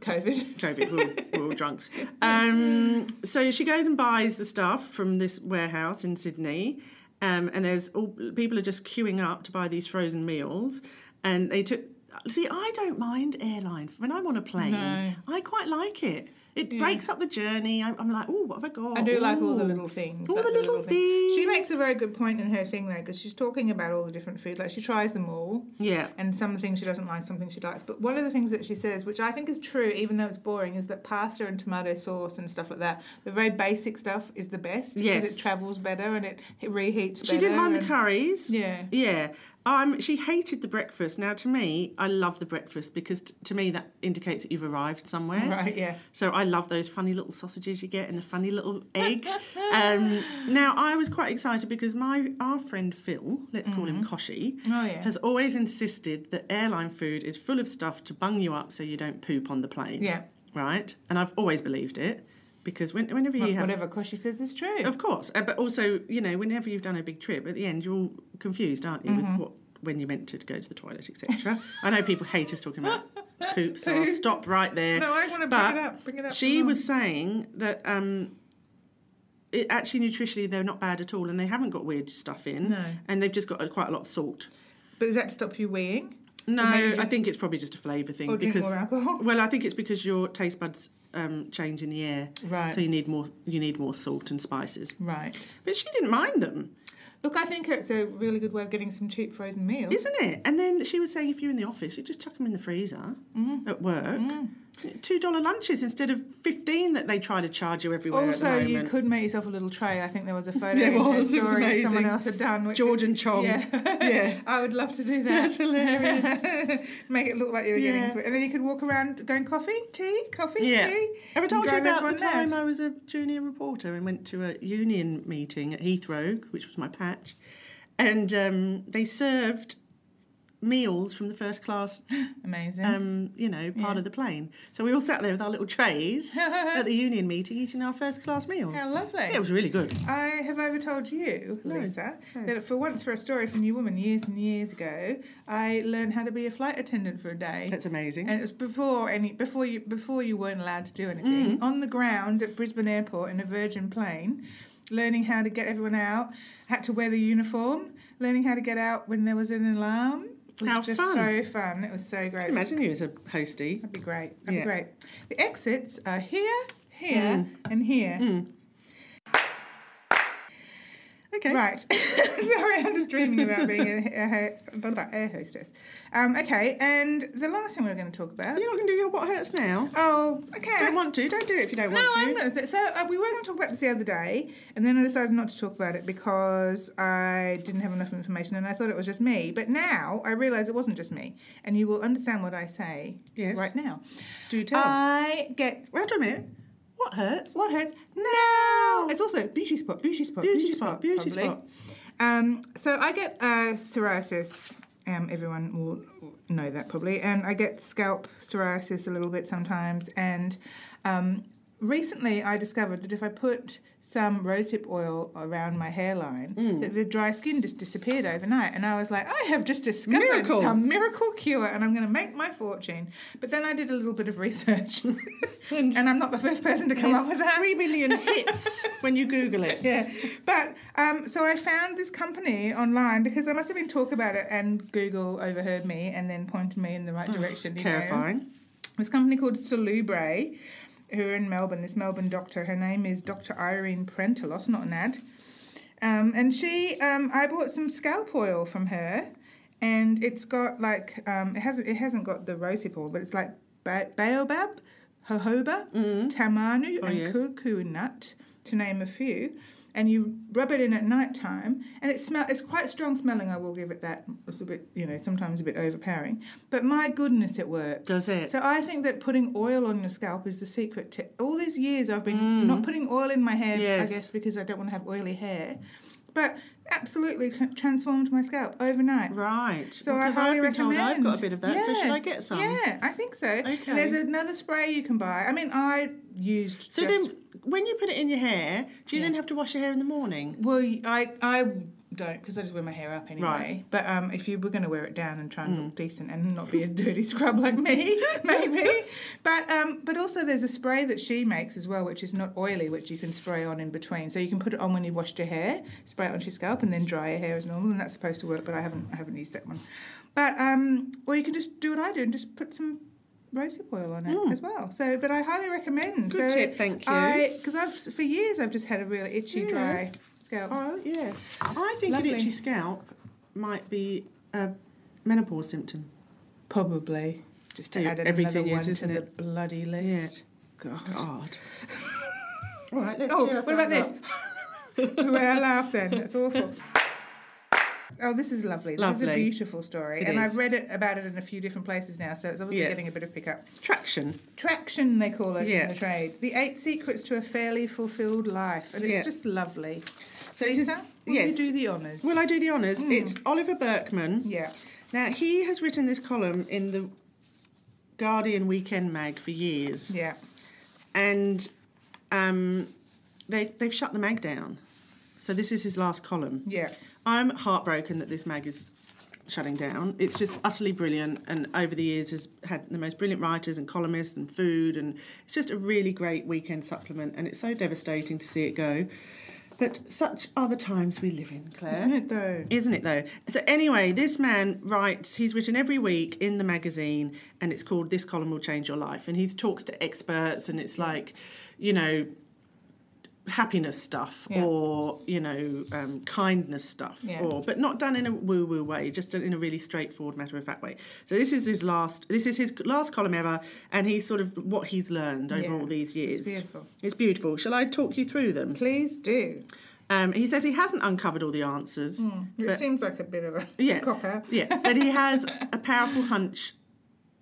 [SPEAKER 1] COVID.
[SPEAKER 2] COVID, we're all, we're all drunks. Um, so she goes and buys the stuff from this warehouse in Sydney, um, and there's all people are just queuing up to buy these frozen meals, and they took. See, I don't mind airline when I'm on a plane.
[SPEAKER 1] No.
[SPEAKER 2] I quite like it. It breaks up the journey. I, I'm like, oh, what have I got?
[SPEAKER 1] I do like all the
[SPEAKER 2] Ooh."
[SPEAKER 1] little things.
[SPEAKER 2] All
[SPEAKER 1] like
[SPEAKER 2] the little
[SPEAKER 1] She
[SPEAKER 2] things.
[SPEAKER 1] makes a very good point in her thing though, because she's talking about all the different food. Like she tries them all,
[SPEAKER 2] Yeah.
[SPEAKER 1] and some things she doesn't like, some things she likes. But one of the things that she says, which I think is true, even though it's boring, is that pasta and tomato sauce and stuff like that, the very basic stuff is the best. 'cause
[SPEAKER 2] Yes.
[SPEAKER 1] it travels better and it, it reheats.
[SPEAKER 2] She didn't
[SPEAKER 1] better
[SPEAKER 2] mind the
[SPEAKER 1] and-
[SPEAKER 2] curries.
[SPEAKER 1] Yeah.
[SPEAKER 2] Yeah. Um, she hated the breakfast. Now, to me, I love the breakfast because t- to me that indicates that you've arrived somewhere.
[SPEAKER 1] Right. Yeah.
[SPEAKER 2] So I love those funny little sausages you get and the funny little egg. um, now I was quite excited because my our friend Phil, let's call him Koshi,
[SPEAKER 1] Oh yeah.
[SPEAKER 2] has always insisted that airline food is full of stuff to bung you up so you don't poop on the plane.
[SPEAKER 1] Yeah.
[SPEAKER 2] Right. And I've always believed it because when, whenever you have.
[SPEAKER 1] Whatever Koshi says is true.
[SPEAKER 2] Of course, uh, but also you know, whenever you've done a big trip, at the end you're all confused, aren't you,
[SPEAKER 1] Mm-hmm.
[SPEAKER 2] with what when you meant to go to the toilet, etc. I know people hate us talking about poop, so I'll
[SPEAKER 1] Poop.
[SPEAKER 2] stop right there.
[SPEAKER 1] No, I want to
[SPEAKER 2] But
[SPEAKER 1] bring it up. Bring it up.
[SPEAKER 2] She
[SPEAKER 1] Come on.
[SPEAKER 2] was saying that um, it, actually nutritionally they're not bad at all, and they haven't got weird stuff in,
[SPEAKER 1] No.
[SPEAKER 2] and they've just got a, quite a lot of salt.
[SPEAKER 1] But does that stop you weeing
[SPEAKER 2] No,
[SPEAKER 1] Or maybe
[SPEAKER 2] I think it's probably just a flavour thing
[SPEAKER 1] or drink
[SPEAKER 2] because
[SPEAKER 1] more alcohol?
[SPEAKER 2] well, I think it's because your taste buds um, change in the air,
[SPEAKER 1] Right.
[SPEAKER 2] so you need more you need more salt and spices.
[SPEAKER 1] Right.
[SPEAKER 2] But she didn't mind them.
[SPEAKER 1] Look, I think it's a really good way of getting some cheap frozen meals.
[SPEAKER 2] Isn't it? And then she was saying if you're in the office, you just chuck them in the freezer
[SPEAKER 1] Mm.
[SPEAKER 2] at work. Two dollar lunches instead of fifteen that they try to charge you everywhere at
[SPEAKER 1] Also,
[SPEAKER 2] the
[SPEAKER 1] you
[SPEAKER 2] moment.
[SPEAKER 1] could make yourself a little tray. I think there was a photo
[SPEAKER 2] There
[SPEAKER 1] in her
[SPEAKER 2] was, it was
[SPEAKER 1] story that someone
[SPEAKER 2] amazing.
[SPEAKER 1] else had done. Which
[SPEAKER 2] George and Chong.
[SPEAKER 1] yeah,
[SPEAKER 2] Yeah.
[SPEAKER 1] I would love to do
[SPEAKER 2] That's
[SPEAKER 1] that.
[SPEAKER 2] hilarious.
[SPEAKER 1] make it look like you were
[SPEAKER 2] Yeah.
[SPEAKER 1] getting food, and then you could walk around going coffee, tea, coffee,
[SPEAKER 2] Yeah.
[SPEAKER 1] tea.
[SPEAKER 2] Have I told you
[SPEAKER 1] Drive
[SPEAKER 2] about the
[SPEAKER 1] everyone mad.
[SPEAKER 2] time I was a junior reporter and went to a union meeting at Heathrow, which was my patch, and um, they served meals from the first class,
[SPEAKER 1] Amazing.
[SPEAKER 2] um, you know, part
[SPEAKER 1] Yeah.
[SPEAKER 2] of the plane. So we all sat there with our little trays at the union meeting eating our first class meals.
[SPEAKER 1] How lovely.
[SPEAKER 2] Yeah, it was really good.
[SPEAKER 1] I have overtold you,
[SPEAKER 2] No,
[SPEAKER 1] Lisa,
[SPEAKER 2] no.
[SPEAKER 1] that for once for a story from New Woman years and years ago, I learned how to be a flight attendant for a day.
[SPEAKER 2] That's amazing.
[SPEAKER 1] and it was before any before you before you weren't allowed to do
[SPEAKER 2] Mm.
[SPEAKER 1] anything on the ground at Brisbane Airport in a Virgin plane, learning how to get everyone out, had to wear the uniform, learning how to get out when there was an alarm. It was
[SPEAKER 2] How
[SPEAKER 1] just
[SPEAKER 2] fun.
[SPEAKER 1] so fun! It was so great.
[SPEAKER 2] Imagine you as a hostie.
[SPEAKER 1] That'd be great. That'd
[SPEAKER 2] Yeah.
[SPEAKER 1] be great. The exits are here, here,
[SPEAKER 2] Mm.
[SPEAKER 1] and here.
[SPEAKER 2] Okay.
[SPEAKER 1] Right. Sorry, I'm just dreaming about being a, a, a, a air hostess. Um, okay, and the last thing we're going to talk about.
[SPEAKER 2] You're not going to do your what hurts now.
[SPEAKER 1] Oh, okay.
[SPEAKER 2] Don't want to. Don't do it if you don't
[SPEAKER 1] No,
[SPEAKER 2] want to.
[SPEAKER 1] I'm not. So uh, we were going to talk about this the other day, and then I decided not to talk about it because I didn't have enough information, and I thought it was just me. But now I realise it wasn't just me, and you will understand what I say
[SPEAKER 2] Yes.
[SPEAKER 1] right now.
[SPEAKER 2] Do tell.
[SPEAKER 1] Uh, I get
[SPEAKER 2] Wait a minute. What hurts?
[SPEAKER 1] what hurts now. It's also beauty spot, beauty spot,
[SPEAKER 2] Beauty
[SPEAKER 1] beauty,
[SPEAKER 2] spot,
[SPEAKER 1] spot,
[SPEAKER 2] beauty
[SPEAKER 1] probably.
[SPEAKER 2] spot.
[SPEAKER 1] Um, so I get uh, psoriasis. Um, everyone will know that probably, and I get scalp psoriasis a little bit sometimes. And um, recently, I discovered that if I put some rosehip oil around my hairline, that the dry skin just disappeared overnight. And I was like, I have just discovered
[SPEAKER 2] Miracle.
[SPEAKER 1] some miracle cure, and I'm going to make my fortune. But then I did a little bit of research, and I'm not the first person to come up with that.
[SPEAKER 2] Three million hits when you Google it.
[SPEAKER 1] Yeah, but um, so I found this company online because I must have been talk about it, and Google overheard me and then pointed me in the right direction. you know.
[SPEAKER 2] Terrifying.
[SPEAKER 1] This company called Salubre, who are in Melbourne. This Melbourne doctor, her name is Dr. Irene Prentelos, not an ad. Um, and she, um, I bought some scalp oil from her, and it's got like um, it hasn't it hasn't got the rosehip oil, but it's like ba- baobab, jojoba, tamanu,
[SPEAKER 2] Oh,
[SPEAKER 1] and
[SPEAKER 2] yes.
[SPEAKER 1] cuckoo nut, to name a few. And you rub it in at night time, and it smell it's quite strong smelling. I will give it that. It's a bit you know sometimes a bit overpowering, but my goodness, it works.
[SPEAKER 2] Does it?
[SPEAKER 1] So I think that putting oil on your scalp is the secret to all these years I've been not putting oil in my hair,
[SPEAKER 2] Mm. Yes.
[SPEAKER 1] I guess because I don't want to have oily hair. But absolutely c- transformed my scalp overnight.
[SPEAKER 2] Right.
[SPEAKER 1] So I
[SPEAKER 2] because
[SPEAKER 1] highly
[SPEAKER 2] I've been told
[SPEAKER 1] recommend.
[SPEAKER 2] I've got a bit of that, so should
[SPEAKER 1] Yeah.
[SPEAKER 2] I get some?
[SPEAKER 1] Yeah, I think so.
[SPEAKER 2] Okay.
[SPEAKER 1] And there's another spray you can buy. I mean, I used
[SPEAKER 2] So
[SPEAKER 1] just-
[SPEAKER 2] then, when you put it in your hair, do you then have to wash your hair in the morning?
[SPEAKER 1] Well, I I don't because I just wear my hair up anyway.
[SPEAKER 2] Right. Mm.
[SPEAKER 1] But um, if you were going to wear it down and try and look decent and not be a dirty scrub like me, maybe. But um, but also there's a spray that she makes as well, which is not oily, which you can spray on in between. So you can put it on when you've washed your hair, spray it onto your scalp, and then dry your hair as normal, and that's supposed to work. But I haven't I haven't used that one. But um, or you can just do what I do and just put some rosehip oil on it as well. So, but I highly recommend.
[SPEAKER 2] Mm. Good
[SPEAKER 1] so
[SPEAKER 2] tip, thank you.
[SPEAKER 1] because I've for years I've just had a really itchy,
[SPEAKER 2] Yeah.
[SPEAKER 1] dry scalp.
[SPEAKER 2] Oh yeah. I think
[SPEAKER 1] Lovely.
[SPEAKER 2] an itchy scalp might be a menopause symptom.
[SPEAKER 1] Probably. Just to
[SPEAKER 2] Yeah,
[SPEAKER 1] add
[SPEAKER 2] everything
[SPEAKER 1] another
[SPEAKER 2] is,
[SPEAKER 1] one
[SPEAKER 2] isn't
[SPEAKER 1] to the
[SPEAKER 2] it?
[SPEAKER 1] bloody list. God.
[SPEAKER 2] God. All right. Let's
[SPEAKER 1] Oh,
[SPEAKER 2] cheer
[SPEAKER 1] what about this?
[SPEAKER 2] ourselves
[SPEAKER 1] Where I laugh then. That's awful. Oh, this is lovely. This is
[SPEAKER 2] Lovely.
[SPEAKER 1] a beautiful story.
[SPEAKER 2] It
[SPEAKER 1] and
[SPEAKER 2] is.
[SPEAKER 1] I've read it about it in a few different places now, so it's obviously
[SPEAKER 2] Yeah.
[SPEAKER 1] getting a bit of pickup.
[SPEAKER 2] up? Traction.
[SPEAKER 1] Traction, they call it
[SPEAKER 2] Yeah.
[SPEAKER 1] in the trade. The eight secrets to a fairly fulfilled life. And it's
[SPEAKER 2] Yeah.
[SPEAKER 1] just lovely.
[SPEAKER 2] So
[SPEAKER 1] Lisa,
[SPEAKER 2] this is-
[SPEAKER 1] will
[SPEAKER 2] yes.
[SPEAKER 1] you do the honours?
[SPEAKER 2] Will I do the honours?
[SPEAKER 1] Hmm.
[SPEAKER 2] It's Oliver Berkman.
[SPEAKER 1] yeah.
[SPEAKER 2] Now, he has written this column in the Guardian Weekend Mag for years,
[SPEAKER 1] Yeah.
[SPEAKER 2] and um, they, they've shut the mag down. So, this is his last column.
[SPEAKER 1] Yeah.
[SPEAKER 2] I'm heartbroken that this mag is shutting down. It's just utterly brilliant, and over the years has had the most brilliant writers and columnists and food, and it's just a really great weekend supplement. And it's so devastating to see it go. But such are the times we live in, Claire
[SPEAKER 1] Isn't it though?
[SPEAKER 2] isn't it though? So anyway, this man writes. He's written every week in the magazine, and it's called "This Column Will Change Your Life." And he talks to experts, and it's like, you know, happiness stuff
[SPEAKER 1] Yeah.
[SPEAKER 2] or you know, um, kindness stuff,
[SPEAKER 1] Yeah.
[SPEAKER 2] or but not done in a woo-woo way, just done in a really straightforward, matter-of-fact way. So this is his last. This is his last column ever, and he's sort of what he's learned over
[SPEAKER 1] Yeah.
[SPEAKER 2] all these years.
[SPEAKER 1] It's beautiful.
[SPEAKER 2] It's beautiful. Shall I talk you through them?
[SPEAKER 1] Please do.
[SPEAKER 2] Um, he says he hasn't uncovered all the answers.
[SPEAKER 1] It
[SPEAKER 2] but-
[SPEAKER 1] seems like a bit of a
[SPEAKER 2] Yeah.
[SPEAKER 1] cop out.
[SPEAKER 2] yeah, but he has a powerful hunch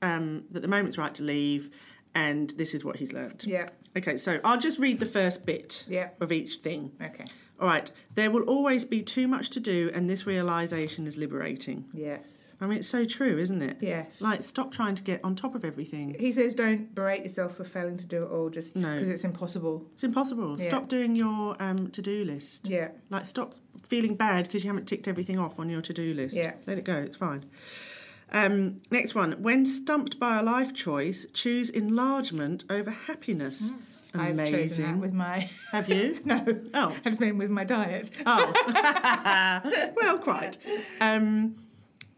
[SPEAKER 2] um, that the moment's right to leave, and this is what he's learnt.
[SPEAKER 1] Yeah.
[SPEAKER 2] Okay, so I'll just read the first bit
[SPEAKER 1] Yeah.
[SPEAKER 2] of each thing.
[SPEAKER 1] Okay.
[SPEAKER 2] All right, there will always be too much to do, and this realization is liberating.
[SPEAKER 1] Yes.
[SPEAKER 2] I mean, it's so true, isn't it?
[SPEAKER 1] Yes.
[SPEAKER 2] Like, stop trying to get on top of everything.
[SPEAKER 1] he says, don't berate yourself for failing to do it all just
[SPEAKER 2] No.
[SPEAKER 1] because it's impossible.
[SPEAKER 2] It's impossible.
[SPEAKER 1] Yeah.
[SPEAKER 2] Stop doing your um, to do list.
[SPEAKER 1] Yeah.
[SPEAKER 2] Like, stop feeling bad because you haven't ticked everything off on your to do list.
[SPEAKER 1] Yeah.
[SPEAKER 2] Let it go, it's fine. Um, next one. When stumped by a life choice, choose enlargement over happiness.
[SPEAKER 1] Mm. I've chosen that
[SPEAKER 2] Amazing.
[SPEAKER 1] with my.
[SPEAKER 2] Have you?
[SPEAKER 1] No.
[SPEAKER 2] Oh.
[SPEAKER 1] I've been with my diet.
[SPEAKER 2] Um, Oh, well, quite. Um,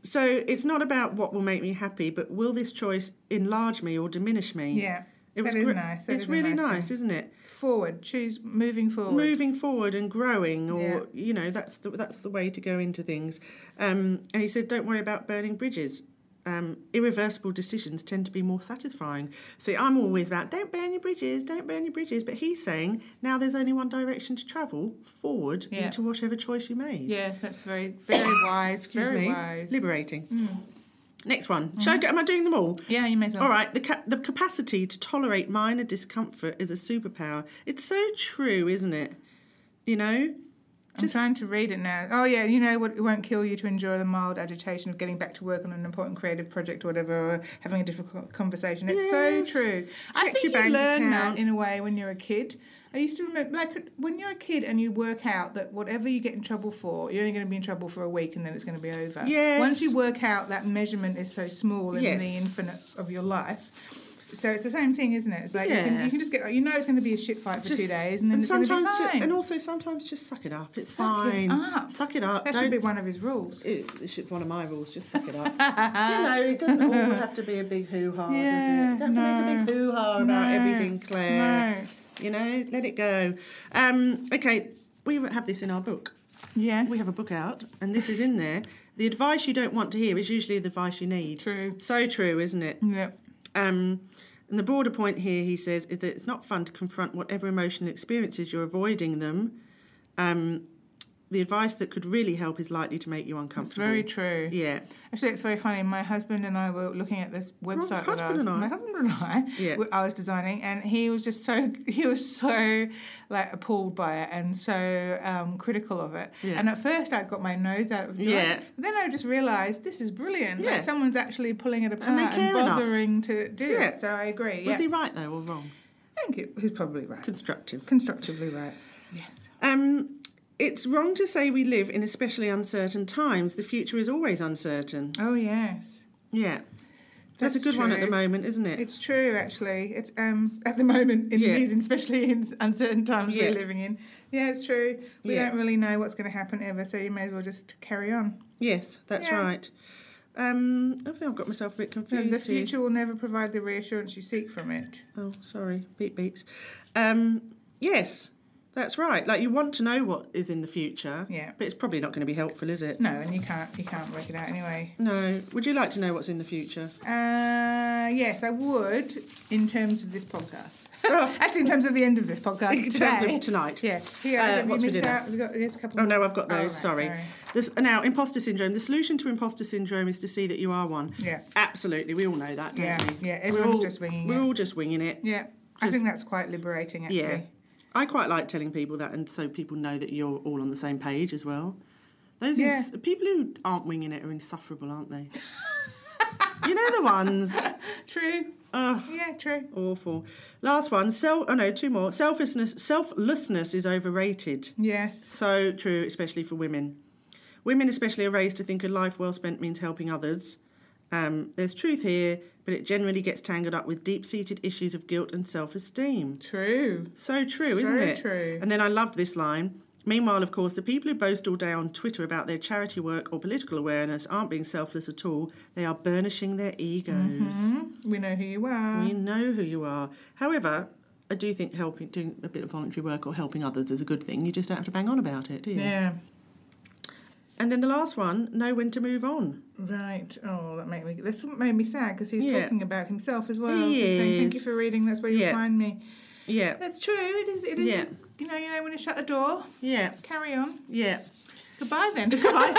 [SPEAKER 2] so it's not about what will make me happy, but will this choice enlarge me or diminish me?
[SPEAKER 1] Yeah.
[SPEAKER 2] it
[SPEAKER 1] that is
[SPEAKER 2] gr-
[SPEAKER 1] nice. That
[SPEAKER 2] it's
[SPEAKER 1] is a
[SPEAKER 2] really
[SPEAKER 1] nice
[SPEAKER 2] nice, isn't it?
[SPEAKER 1] Forward. Choose moving forward.
[SPEAKER 2] Moving forward and growing, or you know, that's the, that's the way to go into things. Um, and he said, don't worry about burning bridges. Um, irreversible decisions tend to be more satisfying. See, I'm always about don't burn your bridges, don't burn your bridges. But he's saying now there's only one direction to travel forward
[SPEAKER 1] Yeah.
[SPEAKER 2] into whatever choice you made.
[SPEAKER 1] Yeah, that's very, very wise.
[SPEAKER 2] Excuse
[SPEAKER 1] very
[SPEAKER 2] me.
[SPEAKER 1] wise. Hmm. Mm-hmm.
[SPEAKER 2] Liberating. Next one. Shall I go, am I doing them all?
[SPEAKER 1] Yeah, you may as well.
[SPEAKER 2] All right. The ca- the capacity to tolerate minor discomfort is a superpower. It's so true, isn't it? You know.
[SPEAKER 1] I'm trying to read it now. Oh yeah, you know what? It won't kill you to endure the mild agitation of getting back to work on an important creative project or whatever, or having a difficult conversation. It's
[SPEAKER 2] Yes.
[SPEAKER 1] so true. I
[SPEAKER 2] Check
[SPEAKER 1] think
[SPEAKER 2] your
[SPEAKER 1] you
[SPEAKER 2] bank
[SPEAKER 1] learn
[SPEAKER 2] account.
[SPEAKER 1] that in a way when you're a kid. I used to remember, like, when you're a kid and you work out that whatever you get in trouble for, you're only going to be in trouble for a week and then it's going to be over.
[SPEAKER 2] Yes.
[SPEAKER 1] Once you work out that measurement is so small in
[SPEAKER 2] Yes.
[SPEAKER 1] the infinite of your life. So it's the same thing, isn't it? It's like you,
[SPEAKER 2] Yeah.
[SPEAKER 1] can, you can just get, you know, it's going to be a shit fight for two days, and then it's going to be
[SPEAKER 2] sometimes, ju-
[SPEAKER 1] fine. Ah.
[SPEAKER 2] and also sometimes, just suck it up. It's
[SPEAKER 1] Suck it
[SPEAKER 2] fine.
[SPEAKER 1] up.
[SPEAKER 2] Suck it up.
[SPEAKER 1] that
[SPEAKER 2] don't.
[SPEAKER 1] should be one of his rules.
[SPEAKER 2] it, it should, one of my rules. Just suck it up. you know, it doesn't all have to be a big hoo ha,
[SPEAKER 1] Yeah,
[SPEAKER 2] does it? Don't make a
[SPEAKER 1] no.
[SPEAKER 2] big hoo ha about
[SPEAKER 1] No,
[SPEAKER 2] Oh, everything, Claire.
[SPEAKER 1] no.
[SPEAKER 2] You know, let it go. Um, okay, we have this in our book.
[SPEAKER 1] Yeah.
[SPEAKER 2] We have a book out, and this is in there. The advice you don't want to hear is usually the advice you need.
[SPEAKER 1] True.
[SPEAKER 2] So true, isn't it?
[SPEAKER 1] Yeah.
[SPEAKER 2] Um, and the broader point here, he says, is that it's not fun to confront whatever emotional experiences you're avoiding them. Um, the advice that could really help is likely to make you
[SPEAKER 1] It's
[SPEAKER 2] uncomfortable.
[SPEAKER 1] very true.
[SPEAKER 2] Yeah.
[SPEAKER 1] Actually, it's very funny. My husband and I were looking at this website. that I
[SPEAKER 2] husband
[SPEAKER 1] was,
[SPEAKER 2] and I.
[SPEAKER 1] My husband and I.
[SPEAKER 2] Yeah.
[SPEAKER 1] w- I was designing, and he was just so he was so like appalled by it and so um, critical of it.
[SPEAKER 2] Yeah.
[SPEAKER 1] And at first, I got my nose out of joint.
[SPEAKER 2] Yeah.
[SPEAKER 1] But then I just realised this is brilliant. Like,
[SPEAKER 2] Yeah.
[SPEAKER 1] someone's actually pulling it apart
[SPEAKER 2] they care enough.
[SPEAKER 1] bothering to do
[SPEAKER 2] Yeah.
[SPEAKER 1] it. So I agree. Yeah.
[SPEAKER 2] Was he right though or wrong?
[SPEAKER 1] I think it, he's probably right.
[SPEAKER 2] Constructive.
[SPEAKER 1] Constructively right. Yes.
[SPEAKER 2] Um, it's wrong to say we live in especially uncertain times. The future is always uncertain.
[SPEAKER 1] Oh yes.
[SPEAKER 2] Yeah. That's,
[SPEAKER 1] That's
[SPEAKER 2] a good one at the
[SPEAKER 1] true.
[SPEAKER 2] moment, isn't it?
[SPEAKER 1] It's true, actually. It's um at the moment in
[SPEAKER 2] Yeah.
[SPEAKER 1] these, especially in uncertain times
[SPEAKER 2] Yeah.
[SPEAKER 1] we're living in. Yeah, it's true. We
[SPEAKER 2] Yeah.
[SPEAKER 1] don't really know what's going to happen ever, so you may as well just carry on.
[SPEAKER 2] yes, that's
[SPEAKER 1] Yeah.
[SPEAKER 2] right. Um, I think I've got myself a bit confused.
[SPEAKER 1] the
[SPEAKER 2] here.
[SPEAKER 1] future will never provide the reassurance you seek from it.
[SPEAKER 2] Oh, sorry, beep beeps. Um, yes, that's right. Like you want to know what is in the future,
[SPEAKER 1] Yeah.
[SPEAKER 2] but it's probably not going to be helpful, is it?
[SPEAKER 1] No, and you can't you can't work it out anyway.
[SPEAKER 2] No. Would you like to know what's in the future?
[SPEAKER 1] Uh, yes, I would in terms of this podcast.
[SPEAKER 2] Oh.
[SPEAKER 1] Actually, in terms of the end of this podcast
[SPEAKER 2] In
[SPEAKER 1] today.
[SPEAKER 2] terms of tonight.
[SPEAKER 1] yeah, here,
[SPEAKER 2] Uh,
[SPEAKER 1] have you
[SPEAKER 2] what's for
[SPEAKER 1] missed
[SPEAKER 2] dinner?
[SPEAKER 1] out? We've got there's a couple.
[SPEAKER 2] Oh no, I've got
[SPEAKER 1] Oh,
[SPEAKER 2] those.
[SPEAKER 1] right,
[SPEAKER 2] sorry. This, now, imposter syndrome. The solution to imposter syndrome is to see that you are one.
[SPEAKER 1] Yeah.
[SPEAKER 2] Absolutely, we all know that, don't
[SPEAKER 1] Yeah,
[SPEAKER 2] we?
[SPEAKER 1] yeah,
[SPEAKER 2] we're
[SPEAKER 1] everyone's
[SPEAKER 2] all,
[SPEAKER 1] just winging
[SPEAKER 2] We're
[SPEAKER 1] it.
[SPEAKER 2] all just winging it.
[SPEAKER 1] Yeah, I
[SPEAKER 2] Just-
[SPEAKER 1] think that's quite liberating. Actually.
[SPEAKER 2] Yeah. I quite like telling people that, and so people know that you're all on the same page as well. Those
[SPEAKER 1] Yeah.
[SPEAKER 2] ins- people who aren't winging it are insufferable, aren't they? you know the ones.
[SPEAKER 1] True.
[SPEAKER 2] Ugh,
[SPEAKER 1] Yeah, true.
[SPEAKER 2] awful. Last one. Self. Oh no, two more. Selflessness. Selflessness is overrated.
[SPEAKER 1] Yes.
[SPEAKER 2] So true, especially for women. Women, especially, are raised to think a life well spent means helping others. Um, there's truth here, but it generally gets tangled up with deep seated issues of guilt and self esteem.
[SPEAKER 1] True.
[SPEAKER 2] So true, isn't
[SPEAKER 1] Very
[SPEAKER 2] it?
[SPEAKER 1] true.
[SPEAKER 2] And then I loved this line. Meanwhile, of course, the people who boast all day on Twitter about their charity work or political awareness aren't being selfless at all. They are burnishing their egos.
[SPEAKER 1] Mm-hmm. We know who you are.
[SPEAKER 2] We know who you are. However, I do think helping, doing a bit of voluntary work or helping others is a good thing. You just don't have to bang on about it, do you?
[SPEAKER 1] yeah.
[SPEAKER 2] And then the last one, know when to move on.
[SPEAKER 1] Right. Oh, that made me. This made me sad because he's
[SPEAKER 2] Yeah.
[SPEAKER 1] talking about himself as well.
[SPEAKER 2] He
[SPEAKER 1] He's saying, Thank you
[SPEAKER 2] is.
[SPEAKER 1] for reading. That's where you
[SPEAKER 2] Yeah.
[SPEAKER 1] find me.
[SPEAKER 2] Yeah,
[SPEAKER 1] That's true. It is. It is.
[SPEAKER 2] Yeah.
[SPEAKER 1] You know. You know when you shut the door.
[SPEAKER 2] yeah,
[SPEAKER 1] Carry on.
[SPEAKER 2] yeah.
[SPEAKER 1] Goodbye then.
[SPEAKER 2] Goodbye.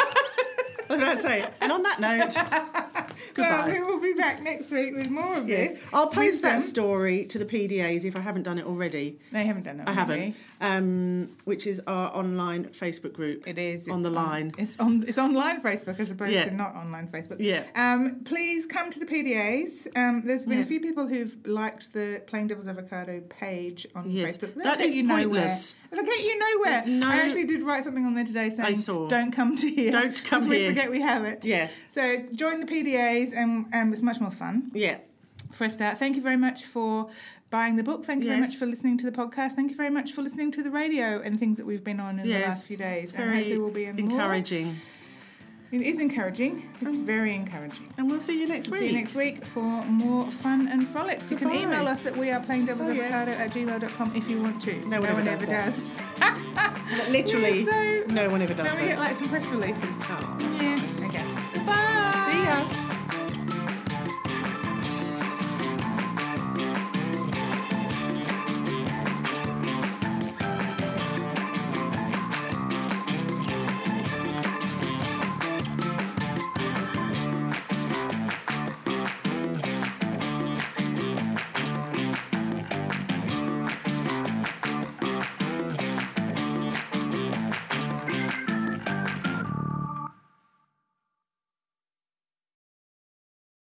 [SPEAKER 2] I was about to say. And on that note,
[SPEAKER 1] Well, we
[SPEAKER 2] goodbye.
[SPEAKER 1] will be back next week with more of
[SPEAKER 2] Yes,
[SPEAKER 1] this.
[SPEAKER 2] I'll post that
[SPEAKER 1] Wisdom.
[SPEAKER 2] story to the PDAs if I haven't done it already.
[SPEAKER 1] They haven't done it.
[SPEAKER 2] I haven't,
[SPEAKER 1] really.
[SPEAKER 2] um, which is our online Facebook group.
[SPEAKER 1] It is
[SPEAKER 2] On
[SPEAKER 1] it's
[SPEAKER 2] the line.
[SPEAKER 1] It's on. It's online Facebook as opposed
[SPEAKER 2] Yeah.
[SPEAKER 1] to not online Facebook.
[SPEAKER 2] Yeah.
[SPEAKER 1] Um, please come to the PDAs. Um, there's been
[SPEAKER 2] Yeah.
[SPEAKER 1] a few people who've liked the Plain Devil's Avocado page on
[SPEAKER 2] Yes,
[SPEAKER 1] Facebook.
[SPEAKER 2] that
[SPEAKER 1] get
[SPEAKER 2] is
[SPEAKER 1] you
[SPEAKER 2] pointless.
[SPEAKER 1] Nowhere. They'll get you nowhere.
[SPEAKER 2] There's no-
[SPEAKER 1] I actually did write something on there today saying,
[SPEAKER 2] saw.
[SPEAKER 1] "Don't come to here.
[SPEAKER 2] Don't come
[SPEAKER 1] 'cause We
[SPEAKER 2] here.
[SPEAKER 1] forget we have it."
[SPEAKER 2] Yeah,
[SPEAKER 1] So join the PDAs, and um, it's much more fun
[SPEAKER 2] yeah.
[SPEAKER 1] for us to. Thank you very much for buying the book. Thank you very
[SPEAKER 2] Yes.
[SPEAKER 1] much for listening to the podcast. Thank you very much for listening to the radio and things that we've been on in the
[SPEAKER 2] Yes,
[SPEAKER 1] last few days.
[SPEAKER 2] it's
[SPEAKER 1] and
[SPEAKER 2] very
[SPEAKER 1] hopefully we'll be in more.
[SPEAKER 2] Encouraging. Um,
[SPEAKER 1] It is encouraging. It's very encouraging.
[SPEAKER 2] And we'll see you next
[SPEAKER 1] See you
[SPEAKER 2] week.
[SPEAKER 1] next week for more fun and frolics. You
[SPEAKER 2] Goodbye.
[SPEAKER 1] can email us at we are playing devil's
[SPEAKER 2] Oh, yeah.
[SPEAKER 1] avocado at gmail.com if you want to.
[SPEAKER 2] No one ever does
[SPEAKER 1] ever does.
[SPEAKER 2] Literally,
[SPEAKER 1] We're so-
[SPEAKER 2] no one ever does
[SPEAKER 1] Now we
[SPEAKER 2] it.
[SPEAKER 1] get like some press releases.
[SPEAKER 2] Oh.